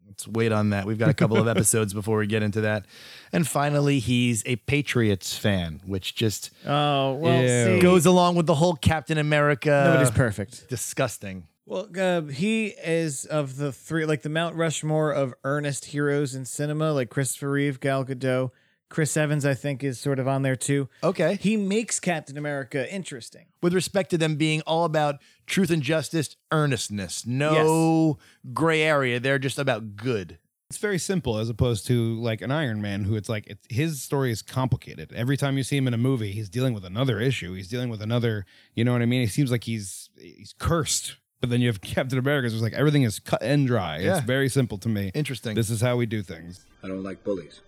Let's wait on that. We've got a couple of episodes before we get into that. And finally, he's a Patriots fan, which just
Oh, well, see.
goes along with the whole Captain America.
Nobody's
uh,
perfect.
Disgusting.
Well, uh, he is of the three, like the Mount Rushmore of earnest heroes in cinema, like Christopher Reeve, Gal Gadot, Chris Evans, I think, is sort of on there too.
Okay.
He makes Captain America interesting.
with respect to them being all about truth and justice, earnestness, no gray area. They're just about good.
It's very simple as opposed to like an Iron Man, who it's like it's, his story is complicated. Every time you see him in a movie, he's dealing with another issue. He's dealing with another, you know what I mean? He seems like he's he's cursed. But then you have Captain America, so it's like everything is cut and dry.
Yeah.
It's very simple to me.
Interesting.
This is how we do things.
I don't like bullies.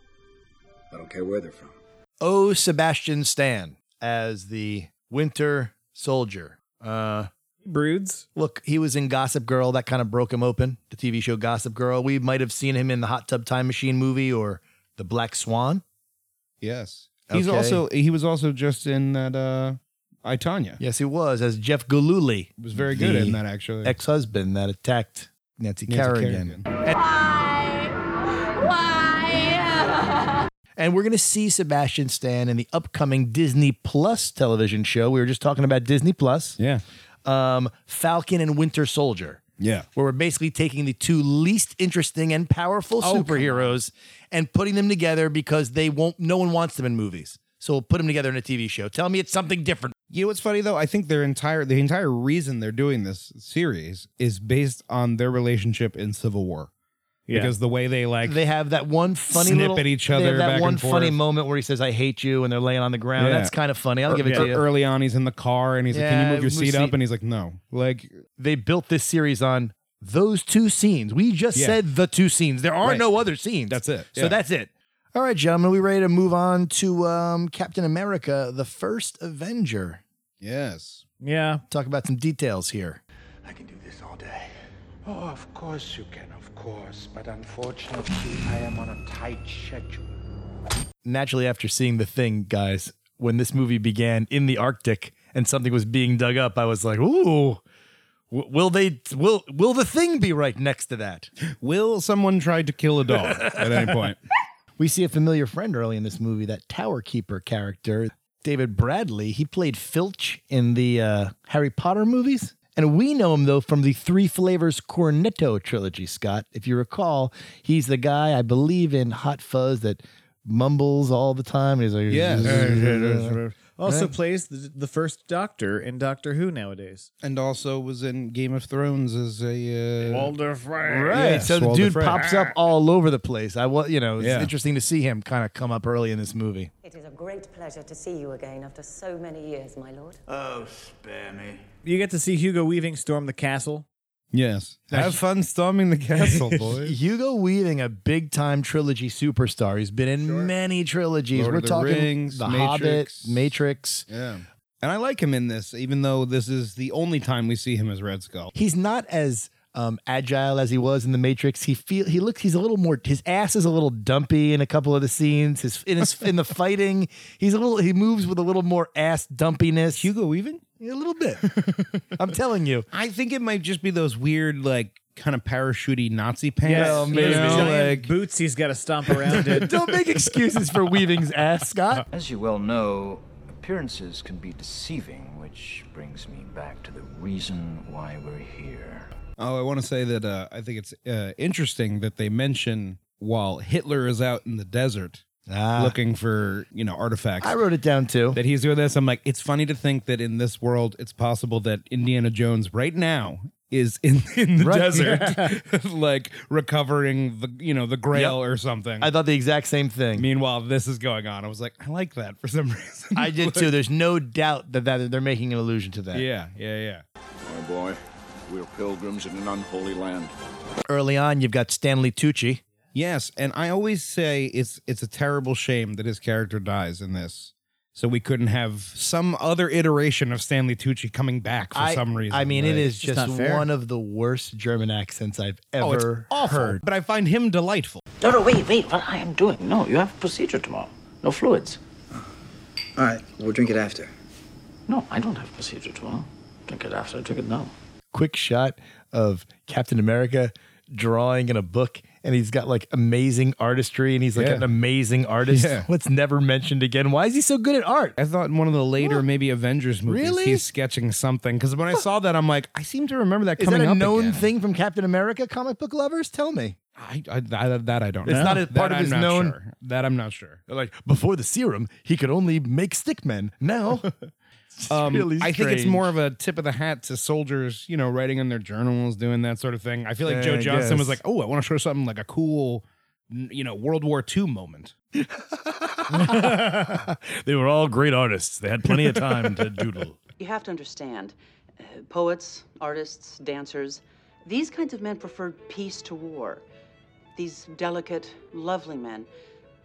I don't care where they're from.
Oh, Sebastian Stan as the Winter Soldier. Uh,
Broods.
look, he was in Gossip Girl. That kind of broke him open. The TV show Gossip Girl. We might have seen him in the Hot Tub Time Machine movie or the Black Swan.
Yes. He's
Okay.
also he was also just in that uh I Tanya.
Yes, he was as Jeff Galooly.
He was very good
the
in that actually.
Ex-husband that attacked Nancy,
Nancy
Kerrigan.
Why?
And we're going to see Sebastian Stan in the upcoming Disney Plus television show. We were just talking about Disney Plus,
Yeah.
um, Falcon and Winter Soldier,
Yeah.
where we're basically taking the two least interesting and powerful superheroes and putting them together because they won't. No one wants them in movies, so we'll put them together in a TV show. Tell me it's something different.
You know what's funny though? I think their entire the entire reason they're doing this series is based on their relationship in Civil War.
Yeah.
Because the way they like
They have that one funny
Snip
little-
at each
they have
other
That
back
one
and
funny
forth.
moment where he says, "I hate you," and they're laying on the ground.
Yeah.
That's kind of funny. I'll give it
er-
to you.
early on he's in the car and he's like, Can
Yeah,
you move your
move
seat up?
seat.
And he's like, No. Like
they built this series on those two scenes. We just
Yeah.
said the two scenes. There are
Right.
no other scenes.
That's it.
So
Yeah.
that's it. All right, gentlemen, we ready to move on to um, Captain America: The First Avenger.
Yes.
Yeah.
Talk about some details here.
I can do this all day. Oh, of course you can, of course. But unfortunately, I am on a tight schedule.
Naturally, after seeing the thing, guys, when this movie began in the Arctic and something was being dug up, I was like, "Ooh, w- will they? Will will the thing be right next to that?"
Will someone try to kill a dog at any point?
We see a familiar friend early in this movie, that tower keeper character, David Bradley. He played Filch in the uh, Harry Potter movies. And we know him, though, from the Three Flavors Cornetto trilogy, Scott. If you recall, he's the guy, I believe, in Hot Fuzz that mumbles all the time. He's like,
Yeah.
Also plays the, the first Doctor in Doctor Who nowadays.
and also was in Game of Thrones as a uh,
Right.
Yes,
so the
Walter
dude
Frey.
pops up all over the place. I was, you know, it's
Yeah.
interesting to see him kind of come up early in this movie.
It is a great pleasure to see you again after so many years, my lord.
Oh, spare me.
You get to see Hugo Weaving storm the castle.
Yes. Have fun storming the castle, boys.
Hugo Weaving, a big time trilogy superstar. He's been in many trilogies.
Lord
We're
of the
talking
Rings,
The
Matrix.
Hobbit, Matrix.
yeah. And I like him in this, even though this is the only time we see him as Red Skull.
He's not as um, agile as he was in the Matrix. He feel he looks. He's a little more. His ass is a little dumpy in a couple of the scenes. His in his in the fighting, he's a little. He moves with a little more ass dumpiness.
Hugo Weaving?
a little bit. I'm telling you.
I think it might just be those weird, like, kind of parachutey Nazi pants.
Well,
you
maybe.
know,
giant
like-
boots he's got to stomp around in.
Don't make excuses for Weaving's ass, Scott.
As you well know, appearances can be deceiving, which brings me back to the reason why we're here.
Oh, I want to say that uh, I think it's uh, interesting that they mention while Hitler is out in the desert
Ah.
looking for, you know, artifacts.
I wrote it down too.
that he's doing this. I'm like, it's funny to think that in this world, it's possible that Indiana Jones right now is in, in the
Right.
desert, like recovering the you know the Grail or something.
I thought the exact same thing.
Meanwhile, this is going on. I was like, I like that for some reason.
I did too. There's no doubt that, that they're making an allusion to that.
yeah, yeah, yeah.
My boy, we're pilgrims in an unholy land.
Early on, you've got Stanley Tucci.
Yes, and I always say it's it's a terrible shame that his character dies in this. So we couldn't have some other iteration of Stanley Tucci coming back for
I,
some reason.
I mean, it
right?
is
just
just
not fair.
one of the worst German accents I've
oh, it's
ever
awful,
heard.
but I find him delightful.
No, no, wait, wait. What I am doing? No, you have a procedure tomorrow. No fluids.
All right, we'll drink it after.
No, I don't have a procedure tomorrow. Drink it after. Drink it now.
Of quick shot of Captain America drawing in a book, and he's got like amazing artistry, and he's like
Yeah.
an amazing artist.
Yeah.
What's never mentioned again? Why is he so good at art?
I thought in one of the later, maybe Avengers movies,
Really?
he's sketching something. Because when I saw that, I'm like, I seem to remember that
Is
coming
that a
up
known
again.
thing from Captain America comic book lovers? Tell me.
I, I, I- that I don't
It's
know.
not a
That
part of
I'm
his
not
known-
sure. That I'm not sure.
Like before the serum, he could only make stick men. Now, it's
Um,
really
I think it's
strange.
more of a tip of the hat to soldiers, you know, writing in their journals, doing that sort of thing. I feel like
Yeah,
Joe
I
Johnston was
guess.
like, oh, I want to show something like a cool, n- you know, World War II moment.
They were all great artists. They had plenty of time to doodle.
You have to understand uh, poets, artists, dancers, these kinds of men preferred peace to war. These delicate, lovely men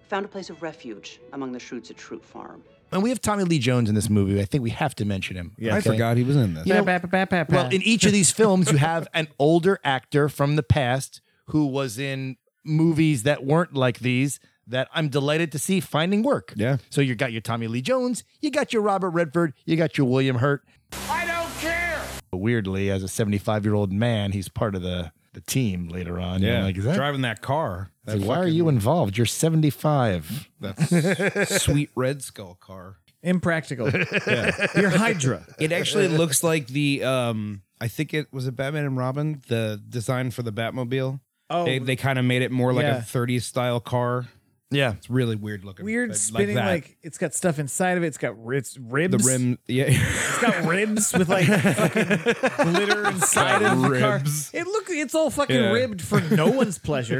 found a place of refuge among the Shrewds at Shroot Farm.
And we have Tommy Lee Jones in this movie. I think we have to mention him.
I forgot he was in this.
You know, well, in each of these films, you have an older actor from the past who was in movies that weren't like these that I'm delighted to see finding work. Yeah. So you got your Tommy Lee Jones, you got your Robert Redford, you got your William Hurt.
I don't care.
Weirdly, as a 75 year old man, he's part of the the team later on. You're
yeah,
Like, is that?
driving that car.
it's like, why are you involved? You're 75.
That's sweet Red Skull car.
Impractical.
Yeah.
You're Hydra.
It actually looks like the um I think it was a Batman and Robin, the design for the Batmobile.
Oh.
they, they kind of made it more like
Yeah.
a 30s style car.
Yeah.
It's really weird looking.
Weird
but
spinning,
that.
like, it's got stuff inside of it. It's got ribs, ribs.
the rim yeah.
It's got ribs with like fucking glitter inside
Got
of the
ribs. Oh,
car. It look, it's all fucking
Yeah.
ribbed for no one's pleasure.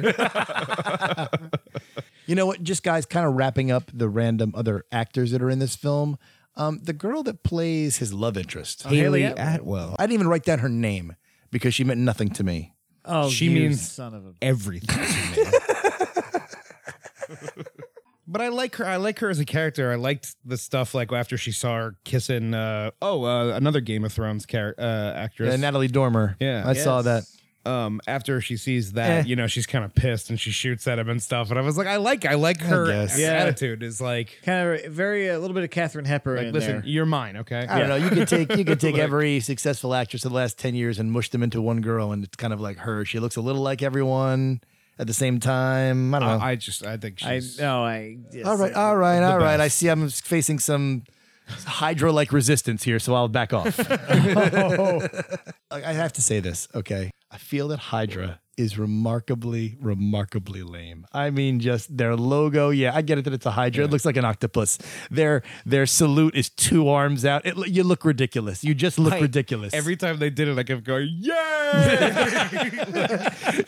You know what? Just guys, kind of wrapping up the random other actors that are in this film. Um, the girl that plays his love interest,
Oh, Haley Atwell.
I didn't even write down her name because she meant nothing to me.
Oh,
She
you
means
son of a.
everything to me. but I like her. I like her as a character. I liked the stuff like after she saw her kissing. Uh, oh, uh, another Game of Thrones char- uh, actress,
Yeah, Natalie Dormer.
Yeah,
I saw that.
Um, after she sees that,
Eh.
you know, she's kind of pissed and she shoots at him and stuff. And I was like, I like, I like her
guess.
Yeah.
attitude. Is like,
Kind of very a little bit of Catherine Hepburn
like
in
listen,
there.
you're mine, okay?
I don't know. You
can
could take you could take
Like-
every successful actress of the last ten years and mush them into one girl, and it's kind of like her. She looks a little like everyone at the same time. I don't know.
I just, I think
I
she's.
no, I.
all right, all right,
The
all right. I
best.
see. I'm facing some hydro-like resistance here, so I'll back off. I I have to say this, okay? I feel that Hydra is remarkably, remarkably lame. I mean, just their logo. Yeah, I get it that it's a Hydra. It looks like an octopus. Their their salute is two arms out. It, you look ridiculous. You just look
Like,
ridiculous.
Every time they did it, I kept going, "Yay!"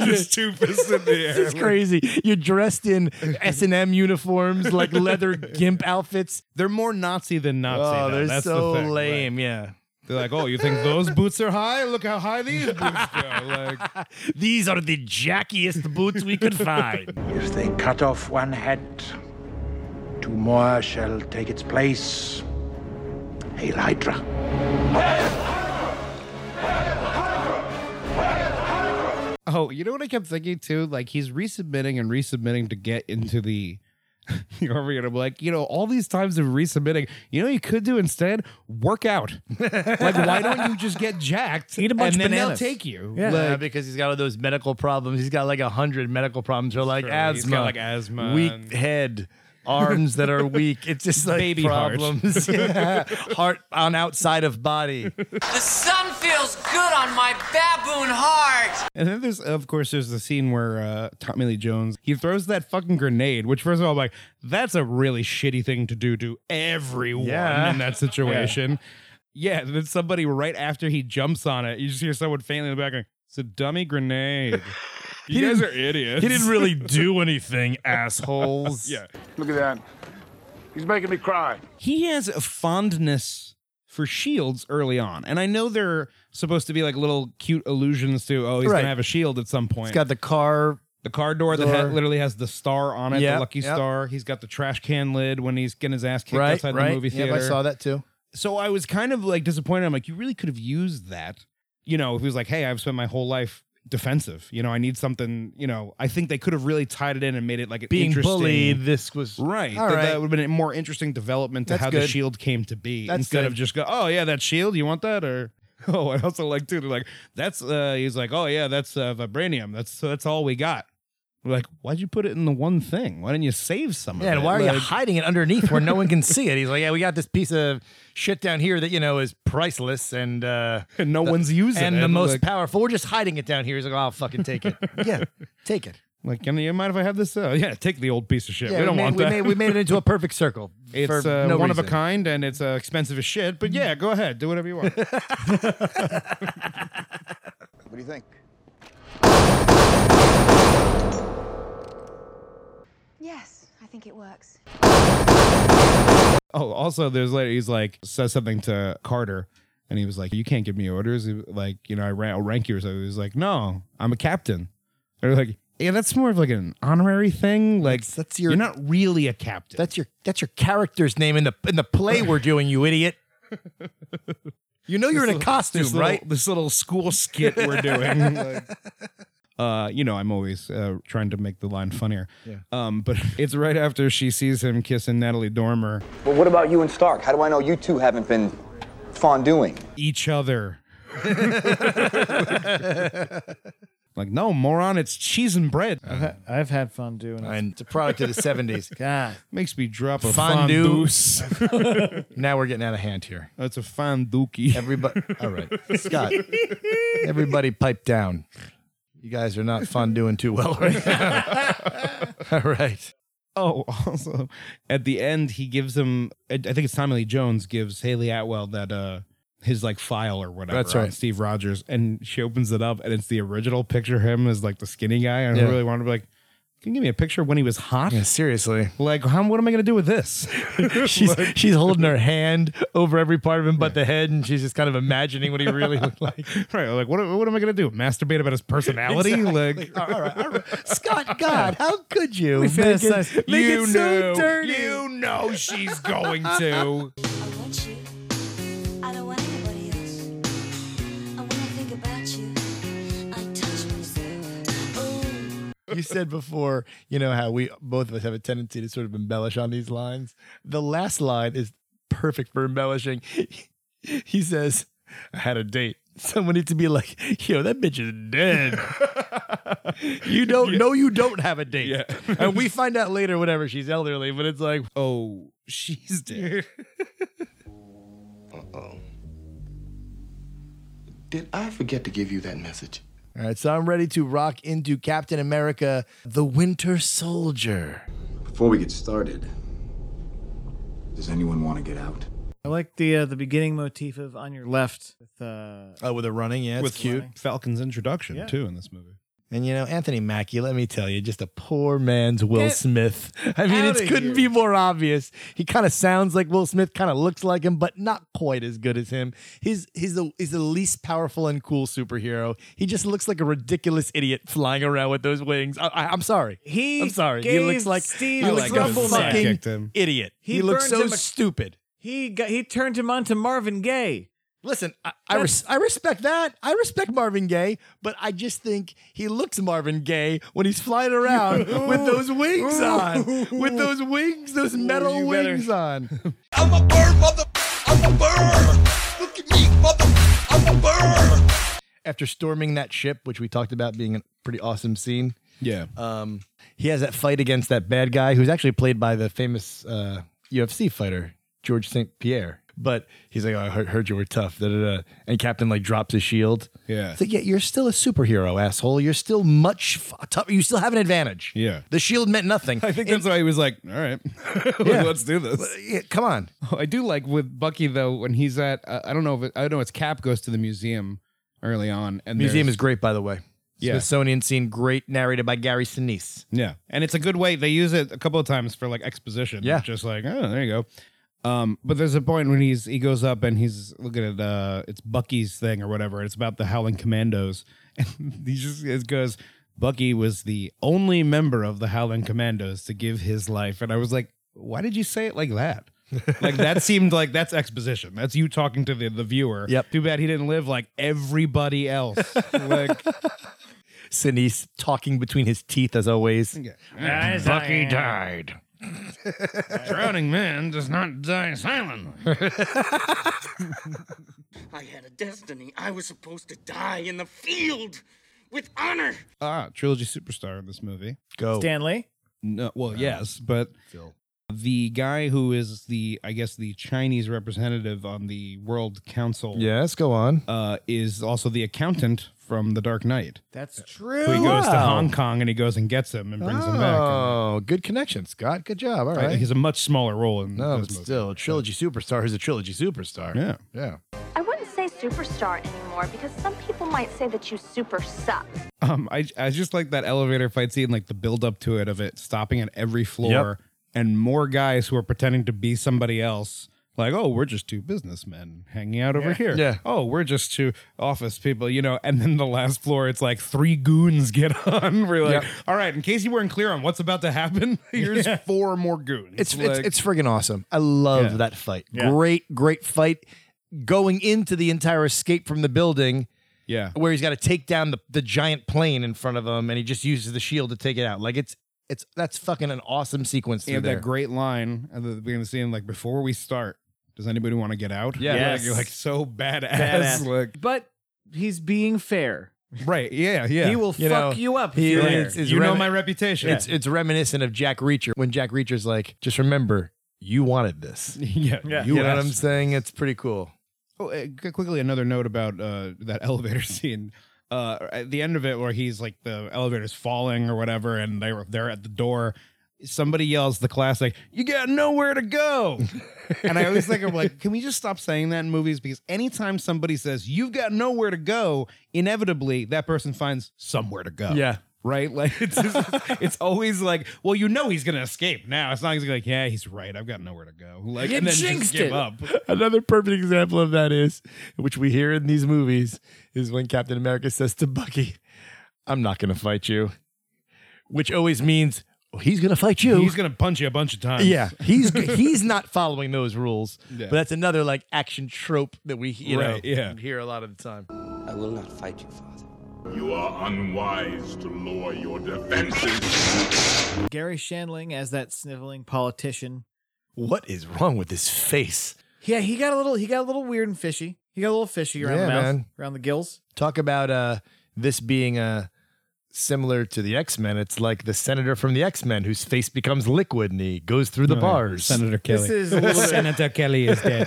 Just two fists in the air.
It's crazy. You're dressed in S and M uniforms, like leather gimp outfits.
They're more Nazi than Nazi.
Oh,
though.
they're
That's the
so
thing, like-
lame. yeah.
They're like, oh, you think those boots are high? Look how high these boots go. Like,
These are the jackiest boots we could find.
If they cut off one head, two more shall take its place. Hail Hydra.
oh, you know what I kept thinking too? Like, he's resubmitting and resubmitting to get into the. You're over here. I'm like, you know, all these times of resubmitting, you know, what you could do instead work out. like, why don't you just get jacked?
Eat a bunch
and
of
then
bananas.
they'll take you.
Yeah.
Yeah,
Like,
because he's got all those medical problems. He's got like a hundred medical problems, or like
Sure,
asthma,
he's got, like, asthma
weak
and-
head, arms that are weak. It's just like
Baby heart.
problems, Yeah. heart on outside of body.
The sun feels good on my baboon heart.
And then there's, of course, there's the scene where uh, Tommy Lee Jones he throws that fucking grenade. Which, first of all, I'm like that's a really shitty thing to do to everyone
Yeah.
in that situation. yeah. and then somebody right after he jumps on it, you just hear someone faintly in the back going, "It's a dummy grenade."
He
you guys are
didn't-
idiots.
He didn't really do anything, assholes.
yeah.
Look at that. He's making me cry.
he has a fondness for shields early on, and I know they're supposed to be like little cute allusions to, oh, he's
Right.
gonna have a shield at some point.
He's got the car.
The car door, that
Door.
ha- literally has the star on it,
Yep,
the lucky
yep.
star. He's got the trash can lid when he's getting his ass kicked
Right,
outside
right.
the movie
Yep, I
theater.
saw that too.
So I was kind of like disappointed. I'm like, you really could have used that. You know, if he was like, hey, I've spent my whole life defensive. You know, I need something. You know, I think they could have really tied it in and made it like an
Being
interesting.
bullied. This was
Right.
All
that,
right.
that would have been a more interesting development to
That's
how the
good.
shield came to be
That's
instead
good.
of just go, oh, yeah, that shield, you want that? Or Oh, I also like too. They're like, that's. Uh, he's like, oh yeah, that's uh, vibranium. That's that's all we got. We're like, why'd you put it in the one thing? Why didn't you save some of
Yeah,
it?
and why are you
Like-
hiding it underneath where no one can see it? He's like, yeah, we got this piece of shit down here that you know is priceless and uh,
and no
the,
one's using
and
it.
the most
Like-
powerful. We're just hiding it down here. He's like, I'll fucking take it. yeah, take it.
Like, can you mind if I have this? Uh, yeah, take the old piece of shit.
Yeah,
we don't
made,
want
we
that.
Made, we made it into a perfect circle.
It's
for
uh,
no
one of a
reason.
kind and it's uh, expensive as shit. But yeah, go ahead, do whatever you want.
What do you think?
Yes, I think it works.
Oh, also, there's later he's like says something to Carter, and he was like, "You can't give me orders. He- Like, you know, I rank, I'll rank you." or something. he's like, "No, I'm a captain." They're like, "Yeah, that's more of like an honorary thing. Like, that's, your, you're not really a captain.
That's your that's your character's name in the in the play we're doing. You idiot. You know you're
This
in a
little-
costume,
this little-
right?
this little school skit we're doing. Like- uh, you know, I'm always uh, trying to make the line funnier.
Yeah.
Um, but it's right after she sees him kissing Natalie Dormer,
But what about you and Stark? How do I know you two haven't been fonduing?
each other. Like, no, moron, it's cheese and bread.
I've, I've had fun doing it.
It's a product of the 70s.
God.
Makes me drop a
Fondue.
fondue.
now we're getting out of hand here.
That's a fondookie.
Everybody, all right, Scott. Everybody, pipe down. You guys are not fun doing too well right now. all right.
Oh, also, at the end, he gives him. I I think it's Tommy Lee Jones gives Haley Atwell that uh his like file or whatever.
That's
on
right.
Steve Rogers, and she opens it up, and it's the original picture. of Him as like the skinny guy. And I
Yeah.
really wanted to be like, can you give me a picture when he was hot?
Yeah, seriously.
Like, how, what am I gonna do with this?
She's
Like-
she's holding her hand over every part of him but the head, and she's just kind of imagining what he really looked like.
right. Like, what, what am I gonna do? Masturbate about his personality? Like,
all right, all right. Scott, God, how could you?
We
Make it-
fantasize-
make
You
it so
know,
dirty.
you know she's going to.
I want you. I don't want anybody else. And when I think about you, I touch myself. Ooh.
you said before, you know, how we both of us have a tendency to sort of embellish on these lines. The last line is perfect for embellishing. He says, I had a date. Someone needs to be like, yo, that bitch is dead. you don't know you don't have a date. and we find out later, whatever, she's elderly, but it's like,
oh, she's dead.
Uh-oh. Did I forget to give you that message?
All right, so I'm ready to rock into Captain America, the Winter Soldier.
Before we get started, does anyone want to get out?
I like the uh, the beginning motif of on your left with uh
Oh, with a running, yeah, it's
With
cute.
Falcon's introduction
Yeah.
too in this movie.
And you know, Anthony Mackie, let me tell you, just a poor man's Will
Get
Smith. I mean,
Eh, outta
it couldn't be more obvious. He kind of sounds like Will Smith, kind of looks like him, but not quite as good as him. He's he's the he's the least powerful and cool superhero. He just looks like a ridiculous idiot flying around with those wings. I, I, am sorry.
He
I'm sorry. he
gave
looks like
Steve
he looks like a
Rumbleman.
fucking
Kicked him.
idiot.
He
He, looks
burns
so
him a-
stupid.
He got he turned him on to Marvin Gaye.
Listen, I, I, res- I respect that. I respect Marvin Gaye, but I just think he looks Marvin Gaye when he's flying around with those wings on, with those wings, those metal wings on.
I'm a bird, mother. I'm a bird. Look at me, mother. I'm a bird.
After storming that ship, which we talked about being a pretty awesome scene,
Yeah.
um, he has that fight against that bad guy who's actually played by the famous uh, UFC fighter George St. Pierre. But he's like, oh, I heard heard you were tough. Da, da, da. And Captain like drops his shield.
Yeah.
It's like, yeah, you're still a superhero, asshole. You're still much f- tougher. You still have an advantage.
Yeah.
The shield meant nothing.
I think that's why he was like, all right, let's do this.
come on.
I do like with Bucky though when he's at uh, I don't know if it, I know it's Cap goes to the museum early on and
Museum
there's-
is great, by the way.
Yeah.
Smithsonian scene, great, narrated by Gary Sinise.
Yeah, and it's a good way. They use it a couple of times for like exposition.
Yeah.
It's just like oh, there you go. Um, but there's a point when he's he goes up and he's looking at uh, it's Bucky's thing or whatever. It's about the Howling Commandos, and he just it goes. Bucky was the only member of the Howling Commandos to give his life, and I was like, why did you say it like that? like that seemed like that's exposition. That's you talking to the, the viewer. Yep. Too bad he didn't live like everybody else. like
Sinise talking between his teeth as always.
As I
Bucky
am.
died.
drowning man does not die silently.
I had a destiny. I was supposed to die in the field with honor.
Ah, trilogy superstar in this movie.
Go.
Stanley?
No, well, yes, but the guy who is the, I guess, the Chinese representative on the World Council.
Yes, go on.
Uh, is also the accountant from The Dark Knight.
That's
Who
true.
he goes to Hong Kong and he goes and gets him and brings him back.
Oh, good connection, Scott. Good job. All
I-
right.
He's a much smaller role in
no,
this
but still, a trilogy superstar is a trilogy superstar.
Yeah.
Yeah.
I wouldn't say superstar anymore because some people might say that you super suck.
Um, I I just like that elevator fight scene, like the build up to it of it stopping at every floor and more guys who are pretending to be somebody else. Like, oh, we're just two businessmen hanging out over
Yeah.
here.
Yeah.
Oh, we're just two office people, you know. And then the last floor, it's like three goons get on. We're like,
Yep.
all right, in case you weren't clear on what's about to happen, here's
Yeah.
four more goons.
It's it's,
Like-
it's friggin' awesome. I love
Yeah.
that fight.
Yeah.
Great, great fight. Going into the entire escape from the building.
Yeah.
Where he's got to take down the, the giant plane in front of him and he just uses the shield to take it out. Like it's it's that's fucking an awesome sequence
You
through
have
there.
that great line at the beginning of the scene, like before we start, does anybody want to get out?
Yeah.
Like,
Yes.
you're like so badass.
Badass.
Like,
But he's being fair.
Right. Yeah. Yeah.
He will fuck you up.
he-
if you're
it's-
there.
it's
You know
remi-
my reputation.
It's it's reminiscent of Jack Reacher when Jack Reacher's like, just remember, you wanted this.
yeah. Yeah.
You know what
asked
I'm saying? It's pretty cool.
Oh, uh, qu- quickly, another note about uh, that elevator scene. Uh, at the end of it, where he's like the elevator's falling or whatever, and they were they're at the door. Somebody yells the classic, "You got nowhere to go," and I always think of like, can we just stop saying that in movies? Because anytime somebody says "You've got nowhere to go," inevitably that person finds somewhere to go.
Yeah.
Right, like it's just, it's always like, well, you know he's gonna escape now. It's not he's like, yeah, he's right. I've got nowhere to go. Like,
You
and then just
jinxed
give
it.
up.
Another perfect example of that is, which we hear in these movies, is when Captain America says to Bucky, I'm not going to fight you, which always means "Oh, he's going to fight you.
He's gonna punch you a bunch of times.
yeah, he's he's not following those rules.
Yeah.
But that's another like action trope that we you
Right,
know
yeah.
hear a lot of the time.
I will not fight you, Father.
You are unwise to lower your defenses.
Gary Shandling as that sniveling politician.
What is wrong with his face?
Yeah, he got a little he got a little weird and fishy. He got a little fishy around
Yeah,
the mouth,
man.
around the gills.
Talk about uh, this being uh, similar to the X Men. It's like the senator from the X Men whose face becomes liquid and he goes through the
Oh, yeah.
bars.
Senator Kelly.
This is a little bit-
Senator Kelly is dead.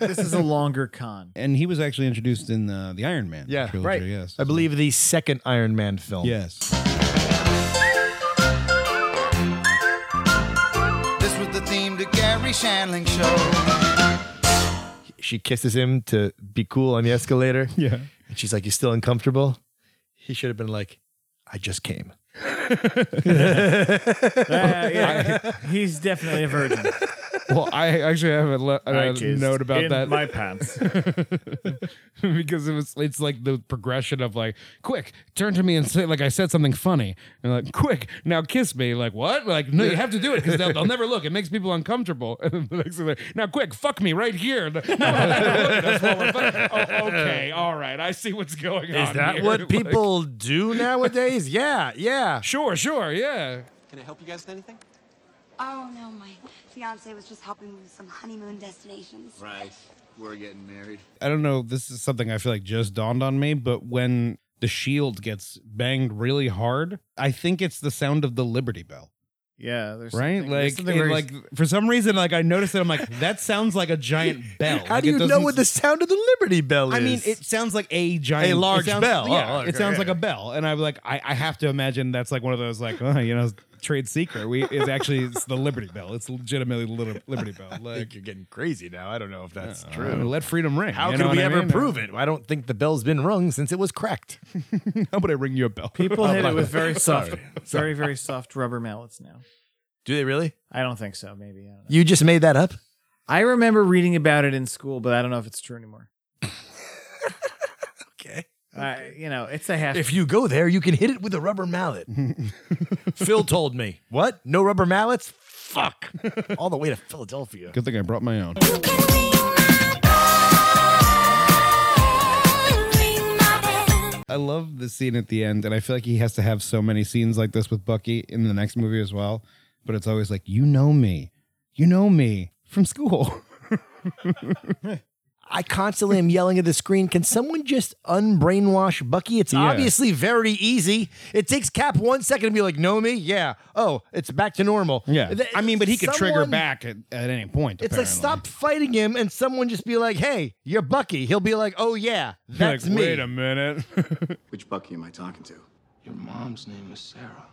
this is a longer con.
And he was actually introduced in uh, the Iron Man.
Yeah,
trilogy,
right.
Yes.
I believe the second Iron Man film.
Yes.
This was the theme to Gary Shandling show.
She kisses him to be cool on the escalator.
Yeah.
And she's like, You still uncomfortable? He should have been like, I just came.
Uh, yeah, he's definitely a virgin.
Well, I actually have a, le-
I
a
jizzed
note about
in
that.
my pants.
because it was, it's like the progression of like, quick, turn to me and say, like, I said something funny. And like, quick, now kiss me. Like, what? Like, no, you have to do it because they'll, they'll never look. It makes people uncomfortable. And then the next thing, they're, now, quick, fuck me right here. No, no, no, no, that's what we're fucking- oh, okay, all right. I see what's going on.
Is that
here.
what
Like-
people do nowadays? Yeah, yeah.
Sure, sure, yeah.
Can I help you guys with anything?
Oh no, my fiance was just helping me with some honeymoon destinations.
Right. We're getting married.
I don't know. This is something I feel like just dawned on me, but when the shield gets banged really hard, I think it's the sound of the Liberty Bell.
Yeah, there's
right?
something- there's
Like,
something
it-
very-
like for some reason, like I noticed it. I'm like, that sounds like a giant bell.
How
Like,
do
it
you know
doesn't
what the sound of the Liberty Bell is?
I mean, it sounds like a giant,
A large
it sounds-
bell.
Yeah,
Oh, okay,
it sounds
yeah.
like a bell, and I'm like, I, I have to imagine that's like one of those like, oh, you know, trade secret. We it's actually it's the Liberty Bell. It's legitimately the Li- Liberty Bell.
I think you're getting crazy now. I don't know if that's true.
Uh, let freedom ring.
How
you
can
know
we
what I
ever
mean?
prove it? I don't think the bell's been rung since it was cracked.
How about I ring you a bell?
People hit it with very soft,
Sorry.
very very soft rubber mallets now.
Do they really?
I don't think so. Maybe I, don't know.
You just made that up?
I remember reading about it in school, but I don't know if it's true anymore. okay. you know, it's a half.
If you go there, you can hit it with a rubber mallet. Phil told me. What? No rubber mallets? Fuck. All the way to Philadelphia.
Good thing I brought my own. I love the scene at the end, and I feel like he has to have so many scenes like this with Bucky in the next movie as well. But it's always like, you know me, you know me from school.
I constantly am yelling at the screen. Can someone just unbrainwash Bucky? It's
Yeah.
obviously very easy. It takes Cap one second to be like, "No me, yeah. Oh, it's back to normal."
Yeah.
Th-
I mean, but he could trigger
someone-
back at, at any point.
It's like stop fighting him, and someone just be like, "Hey, you're Bucky." He'll be like, "Oh yeah, that's me."
minute.
Which Bucky am I talking to?
Your mom's name was Sarah.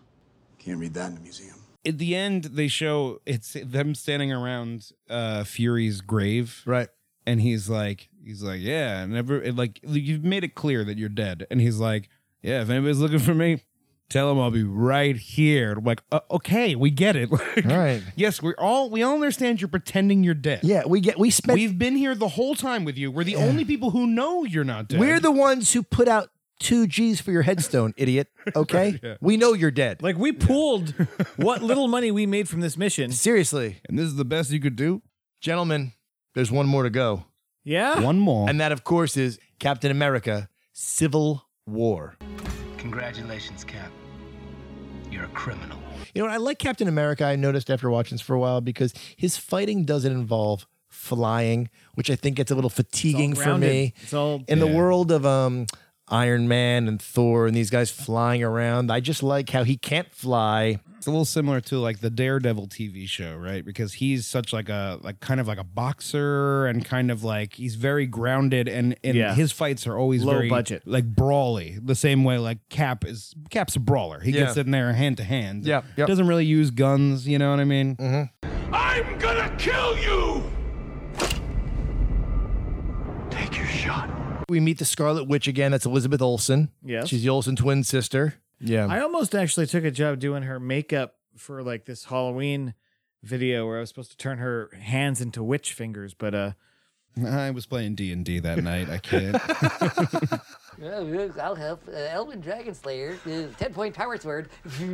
Can't read that in the museum.
At the end, they show it's them standing around uh, Fury's grave,
right?
And he's like, he's like, yeah, never. It, like you've made it clear that you're dead, and he's like, yeah. If anybody's looking for me, tell them I'll be right here. I'm like, uh, okay, we get it. Like,
right.
Yes, we all we all understand. You're pretending you're dead.
Yeah, we get we spent.
We've been here the whole time with you. We're the only people who know you're not dead.
We're the ones who put out two G's for your headstone, idiot. Okay,
yeah.
we know you're dead.
Like we pulled what little money we made from this mission.
Seriously.
And this is the best you could do?
Gentlemen, there's one more to go.
Yeah?
One more.
And that, of course, is Captain America Civil War.
Congratulations, Cap. You're a criminal.
You know, what I like Captain America, I noticed after watching this for a while because his fighting doesn't involve flying, which I think gets a little fatiguing for
grounded.
me.
It's all-
in the
Yeah.
world of um Iron Man and Thor and these guys flying around. I just like how he can't fly.
It's a little similar to like the Daredevil TV show, right? Because he's such like a like kind of like a boxer and kind of like he's very grounded and and
Yeah.
his fights are always
Low
very
budget.
like brawly. The same way like Cap is Cap's a brawler. He
Yeah.
gets in there hand to hand.
Yep, yep.
Doesn't really use guns. You know what I mean? Mm-hmm.
I'm gonna kill you!
Take your shot. We meet the Scarlet Witch again. That's Elizabeth Olsen.
Yes.
She's the Olsen twin sister. Yeah.
I almost actually took a job doing her makeup for like this Halloween video where I was supposed to turn her hands into witch fingers, but uh
I was playing D and D that night. I can't.
Oh, I'll help. Uh, Elven Dragon Slayer, uh, 10 point power sword.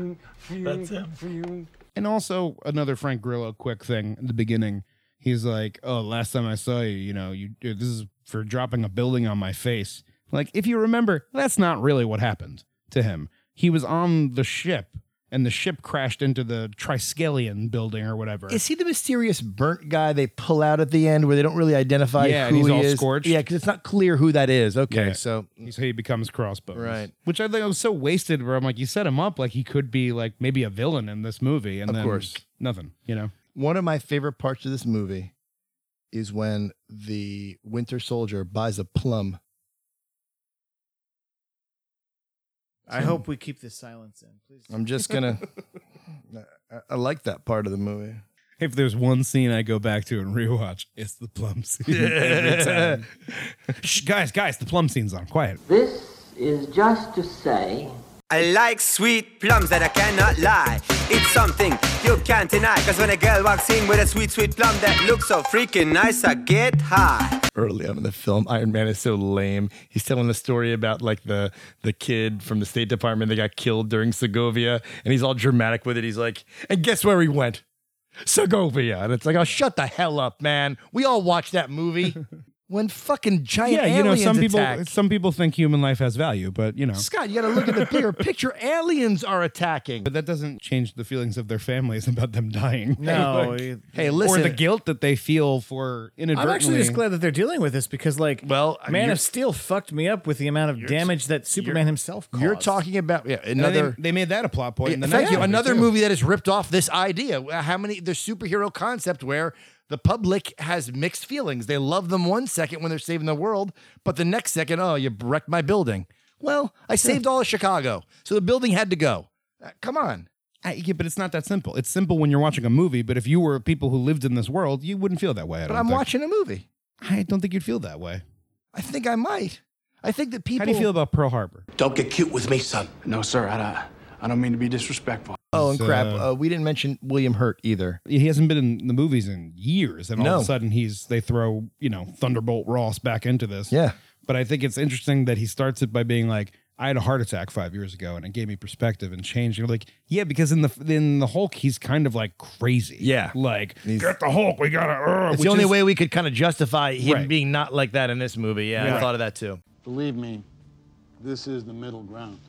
That's him.
And also another Frank Grillo quick thing at the beginning. He's like, "Oh, last time I saw you, you know, you uh, this is for dropping a building on my face." Like, if you remember, that's not really what happened to him. He was on the ship, and the ship crashed into the Triskelion building or whatever.
Is he the mysterious burnt guy they pull out at the end where they don't really identify
Yeah,
who
and he's
he
all
is?
scorched.
Yeah, because it's not clear who that is. Okay,
Yeah.
so
He's- he becomes Crossbones,
Right.
Which I think was so wasted. Where I'm like, you set him up like he could be like maybe a villain in this movie, and
Of
then
course.
nothing, you know.
one of my favorite parts of this movie is when the Winter Soldier buys a plum.
I hope we keep this silence in, please.
I'm just gonna. I, I like that part of the movie.
If there's one scene I go back to and rewatch, it's the plum scene. every time. Shh, guys, guys, the plum scene's on. Quiet.
This is just to say.
I like sweet plums that I cannot lie. It's something you can't deny. Cause when a girl walks in with a sweet, sweet plum that looks so freaking nice, I get high.
Early on in the film, Iron Man is so lame. He's telling the story about like the the kid from the State Department that got killed during Segovia, and he's all dramatic with it. He's like, "And guess where he went? Segovia." And it's like, "Oh, shut the hell up, man. We all watched that movie." when fucking giant
yeah, you know,
aliens
some people
attack.
some people think human life has value, but you know,
Scott, you got to look at the bigger picture. Aliens are attacking.
But that doesn't change the feelings of their families about them dying.
No,
Like,
hey,
or
listen.
the guilt that they feel for
I'm
inadvertently.
actually just glad that they're dealing with this because, like,
well,
Man
you're-
of Steel fucked me up with the amount of damage that Superman himself caused.
You're talking about yeah
And then they-
another.
they, made that a plot point. in the
thank
next
you.
movie,
Another
too.
movie that has ripped off this idea. uh, How many the superhero concept where the public has mixed feelings. They love them one second when they're saving the world, but the next second, oh, you wrecked my building. Well, I saved all of Chicago, so the building had to go. Uh, come on.
I- yeah, but it's not that simple. It's simple when you're watching a movie, but if you were people who lived in this world, you wouldn't feel that way.
But
I don't
I'm
think.
watching a movie.
I don't think you'd feel that way.
I think I might. I think that people.
How do you feel about Pearl Harbor?
Don't get cute with me, son.
No, sir, I don't, I don't mean to be disrespectful.
Oh, and crap.
So-
Uh, we didn't mention William Hurt either.
He hasn't been in the movies in years, and all of
No.
a sudden he's they throw you know Thunderbolt Ross back into this.
Yeah.
but I think it's interesting that he starts it by being like, "I had a heart attack five years ago, and it gave me perspective and changed." You're like, "Yeah," because in the in the Hulk, he's kind of like crazy. Yeah, like get the Hulk. We gotta. Uh,
It's
which
the only
is-
way we could kind of justify him
Right.
being not like that in this movie. Yeah, I
Yeah.
thought of that too.
Believe me, this is the middle ground.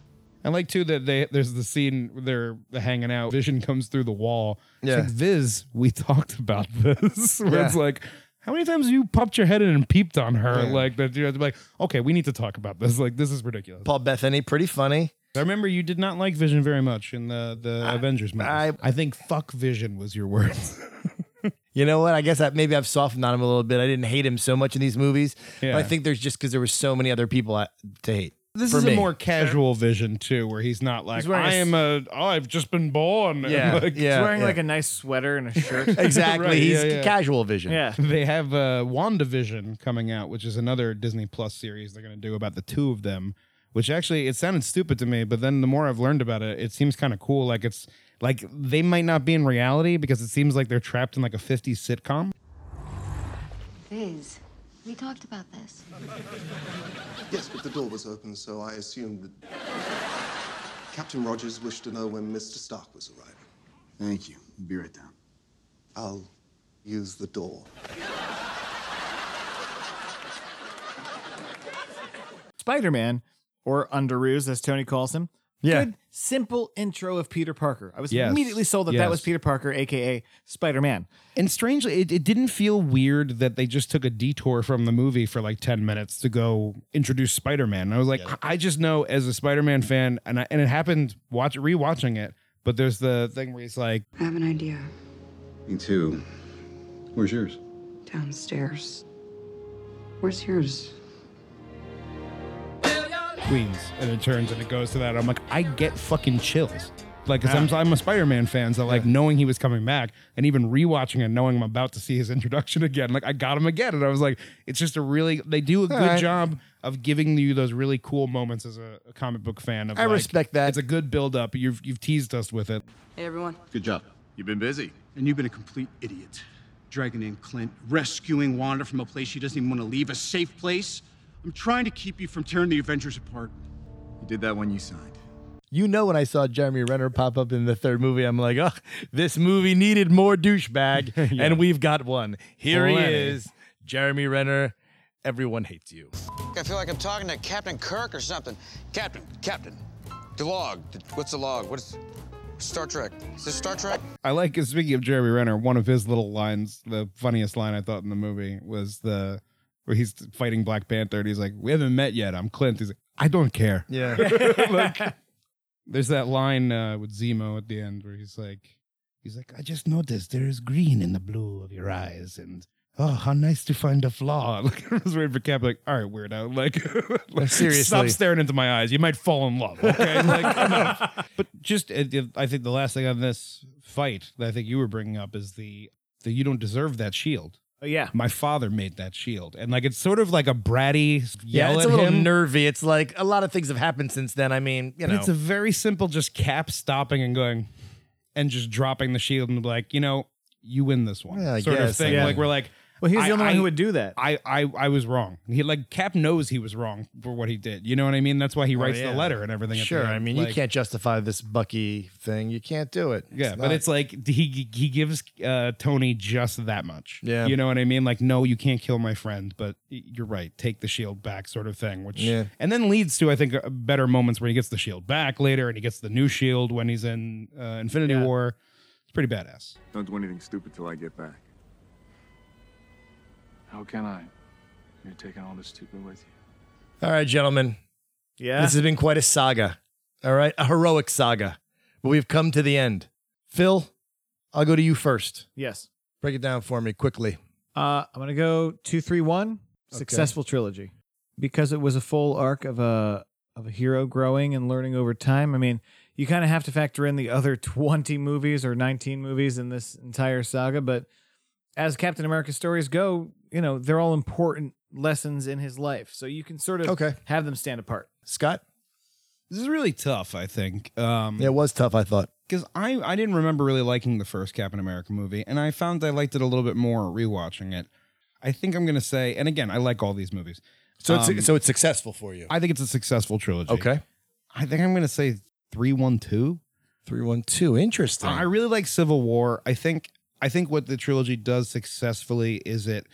I like too that they there's the scene where they're hanging out. Vision comes through the wall. It's
Yeah.
like, Viz, we talked about this. where it's
Yeah.
like, How many times have you popped your head in and peeped on her like that? You have to be like, okay, we need to talk about this. Like this is ridiculous.
Paul Bethany, pretty funny.
I remember you did not like Vision very much in the the Avengers movie. I, I think fuck Vision was your word.
You know what? I guess I, maybe I've softened on him a little bit. I didn't hate him so much in these movies,
Yeah.
but I think there's just because there were so many other people I, to hate.
This
For
is
me.
a more casual Vision too, where he's not like
He's wearing
I
a
am a oh I've just been born. and,
Yeah,
like-
yeah,
He's wearing like a nice sweater and a shirt.
Right,
He's
yeah, yeah.
casual vision.
Yeah.
They have uh, WandaVision coming out, which is another Disney Plus series they're going to do about the two of them, which actually it sounded stupid to me, but then the more I've learned about it, it seems kind of cool. Like it's like they might not be in reality because it seems like they're trapped in like a 50s sitcom.
Viz, we talked about this.
Yes, but the door was open, so I assumed that Captain Rogers wished to know when Mr. Stark was arriving.
Thank you. Be right down.
I'll use the door.
Spider Man, or Underoos, as Tony calls him.
Yeah.
Good, simple intro of Peter Parker. I was
Yes.
immediately sold that that
Yes.
was Peter Parker, aka Spider Man.
And strangely, it, it didn't feel weird that they just took a detour from the movie for like 10 minutes to go introduce Spider Man. I was like, I just know as a Spider Man fan, and, I, and it happened watch rewatching it, but there's the thing where he's like,
I have an idea
Me too. Where's yours?
downstairs. Where's yours?
Queens, and it turns and it goes to that. I'm like, I get fucking chills. Like, because I'm, I'm a Spider Man fan, so like knowing he was coming back and even rewatching and knowing I'm about to see his introduction again, like I got him again. And I was like, it's just a really, they do a good
right.
job of giving you those really cool moments as a, a comic book fan. Of,
I respect
that. It's a good build up. You've, you've teased us with it.
Hey, everyone.
Good job. You've been busy.
And you've been a complete idiot. Dragging in Clint, rescuing Wanda from a place she doesn't even want to leave, a safe place. I'm trying to keep you from tearing the Avengers apart.
You did that when you signed.
You know, when I saw Jeremy Renner pop up in the third movie, I'm like, oh, this movie needed more douchebag,
Yeah.
and we've got one. Here
Plenty.
he is, Jeremy Renner. Everyone hates you.
I feel like I'm talking to Captain Kirk or something. Captain, Captain, the log. The- what's the log? What is Star Trek? Is this Star Trek?
I like speaking of Jeremy Renner, one of his little lines, the funniest line I thought in the movie was the where he's fighting Black Panther and he's like, We haven't met yet. I'm Clint. He's like, I don't care.
Yeah.
Like, there's that line uh, with Zemo at the end where he's like he's like, I just noticed there is green in the blue of your eyes and Oh, how nice to find a flaw. Like I was waiting for Cap, like, all right, weirdo. Like, like
Seriously.
stop staring into my eyes. You might fall in love. Okay. Like, enough. But just, it, it- I think the last thing on this fight that I think you were bringing up is the, the you don't deserve that shield.
Oh, yeah.
My father made that shield. And like, it's sort of like a bratty
Yeah,
yell
it's
at
a little
him.
nervy. It's like a lot of things have happened since then. I mean, you
But
know,
it's a very simple just cap stopping and going and just dropping the shield and be like, you know, you win this one.
Yeah, I
sort of
guess,
thing.
yeah.
Like we're like
Well, he's the
I-
only one
I-
who would do that.
I, I I was wrong. He like Cap knows he was wrong for what he did. You know what I mean? That's why he
Oh,
writes
yeah.
the letter and everything. at the
Sure, I
end.
mean, you
Like-
can't justify this Bucky thing. You can't do it.
Yeah, but
not-
it's like he he gives uh, Tony just that much.
Yeah.
you know what I mean. Like, no, you can't kill my friend, but y- you're right. Take the shield back, sort of thing. Which
Yeah.
and then leads to I think uh, better moments where he gets the shield back later, and he gets the new shield when he's in uh, Infinity War. It's pretty badass.
Don't do anything stupid till I get back.
How can I? You're taking all this stupid with you.
all right, gentlemen.
Yeah.
This has been quite a saga. All right, a heroic saga. But we've come to the end. Phil, I'll go to you first.
Yes.
Break it down for me quickly.
Uh, I'm gonna go two, three, one.
Okay.
Successful trilogy, because it was a full arc of a of a hero growing and learning over time. I mean, you kind of have to factor in the other 20 movies or 19 movies in this entire saga, but as Captain America stories go, you know they're all important lessons in his life, so you can sort of
Okay.
have them stand apart.
Scott,
This is really tough. I think. Um,
it was tough. I thought.
because I, I didn't remember really liking the first Captain America movie, and I found I liked it a little bit more rewatching it. I think I'm gonna say, and again, I like all these movies.
So it's-
Um,
so it's successful for you.
I think it's a successful trilogy.
Okay.
I think I'm gonna say three one two.
Three one two. Interesting.
I really like Civil War. I think I think what the trilogy does successfully is it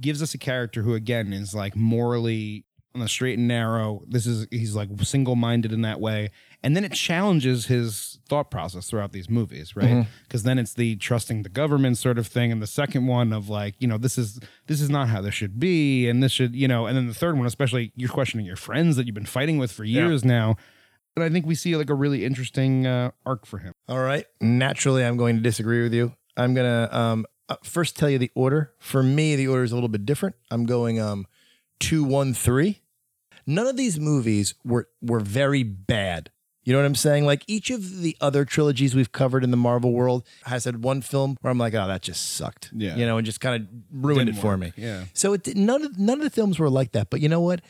gives us a character who again is like morally on the straight and narrow. This is he's like single minded in that way, and then it challenges his thought process throughout these movies, right?
Mhm.
Because then it's the trusting the government sort of thing, and the second one of like you know this is this is not how this should be, and this should you know, and then the third one especially you're questioning your friends that you've been fighting with for years now, and I think we see like a really interesting uh, arc for him.
All right. Naturally, I'm going to disagree with you. I'm going to um, uh, first tell you the order. For me, the order is a little bit different. I'm going um, two, one, three. None of these movies were were very bad. You know what I'm saying? Like each of the other trilogies we've covered in the Marvel world has had one film where I'm like, oh, that just sucked.
Yeah.
You know, and just kind of ruined
Didn't
it for
work.
me.
Yeah.
So it did, none of none of the films were like that. But you know what?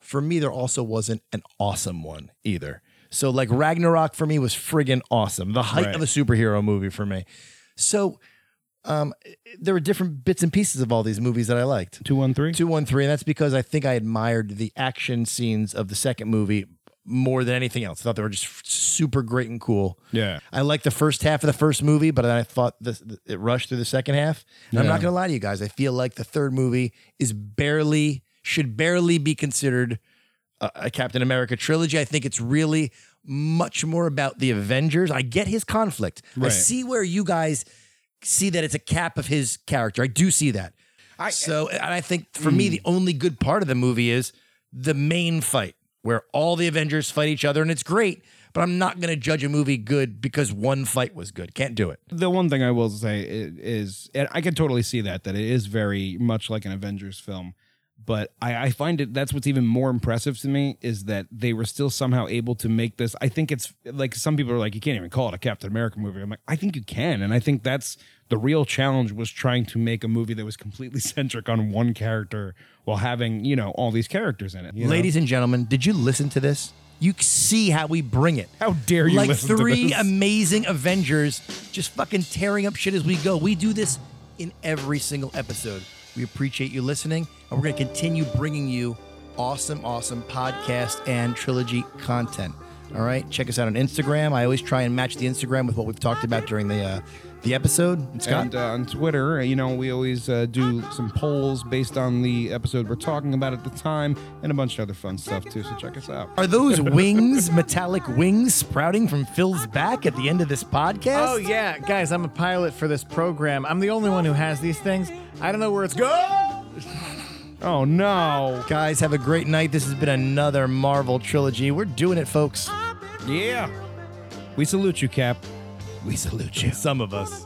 For me, there also wasn't an awesome one either. So like Ragnarok for me was friggin' awesome. The height
Right.
of a superhero movie for me. So um, there were different bits and pieces of all these movies that I liked.
Two one three.
Two one three. And that's because I think I admired the action scenes of the second movie more than anything else. I thought they were just f- super great and cool.
Yeah.
I liked the first half of the first movie, but I thought this, it rushed through the second half. And I'm
Yeah.
not going to lie to you guys. I feel like the third movie is barely, should barely be considered a, a Captain America trilogy. I think it's really much more about the Avengers. I get his conflict. I
Right.
see where you guys see that it's a cap of his character. I do see that. so, and I Hmm. think for me, the only good part of the movie is the main fight where all the Avengers fight each other, and it's great. But I'm not going to judge a movie good because one fight was good. Can't do it.
The one thing I will say i- is, and I can totally see that that it is very much like an Avengers film, but I, I find it that's what's even more impressive to me is that they were still somehow able to make this. I think it's like some people are like you can't even call it a Captain America movie. I'm like I think you can, and I think that's the real challenge was trying to make a movie that was completely centric on one character while having you know all these characters in it. you know?
Ladies and gentlemen, did you listen to this? You see how we bring it.
How dare you
Like
listen to
three
this.
amazing Avengers just fucking tearing up shit as we go. We do this in every single episode. We appreciate you listening, and we're going to continue bringing you awesome, awesome podcast and trilogy content. All right, check us out on Instagram. I always try and match the Instagram with what we've talked about during the uh, the episode. Scott,
And uh, on Twitter, you know, we always uh, do some polls based on the episode we're talking about at the time and a bunch of other fun stuff, too. So check us out.
Are those wings, metallic wings, sprouting from Phil's back at the end of this podcast?
Oh yeah, guys, I'm a pilot for this program. I'm the only one who has these things. I don't know where it's going.
Oh no.
Guys, have a great night. This has been another Marvel trilogy. We're doing it, folks.
Yeah. We salute you, Cap.
We salute you. Some of us.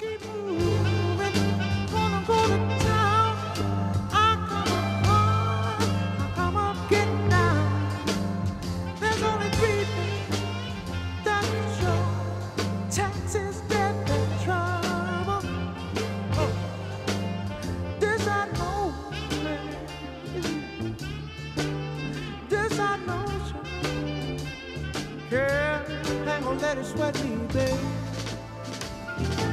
Girl, hang on, let it sweat me, babe.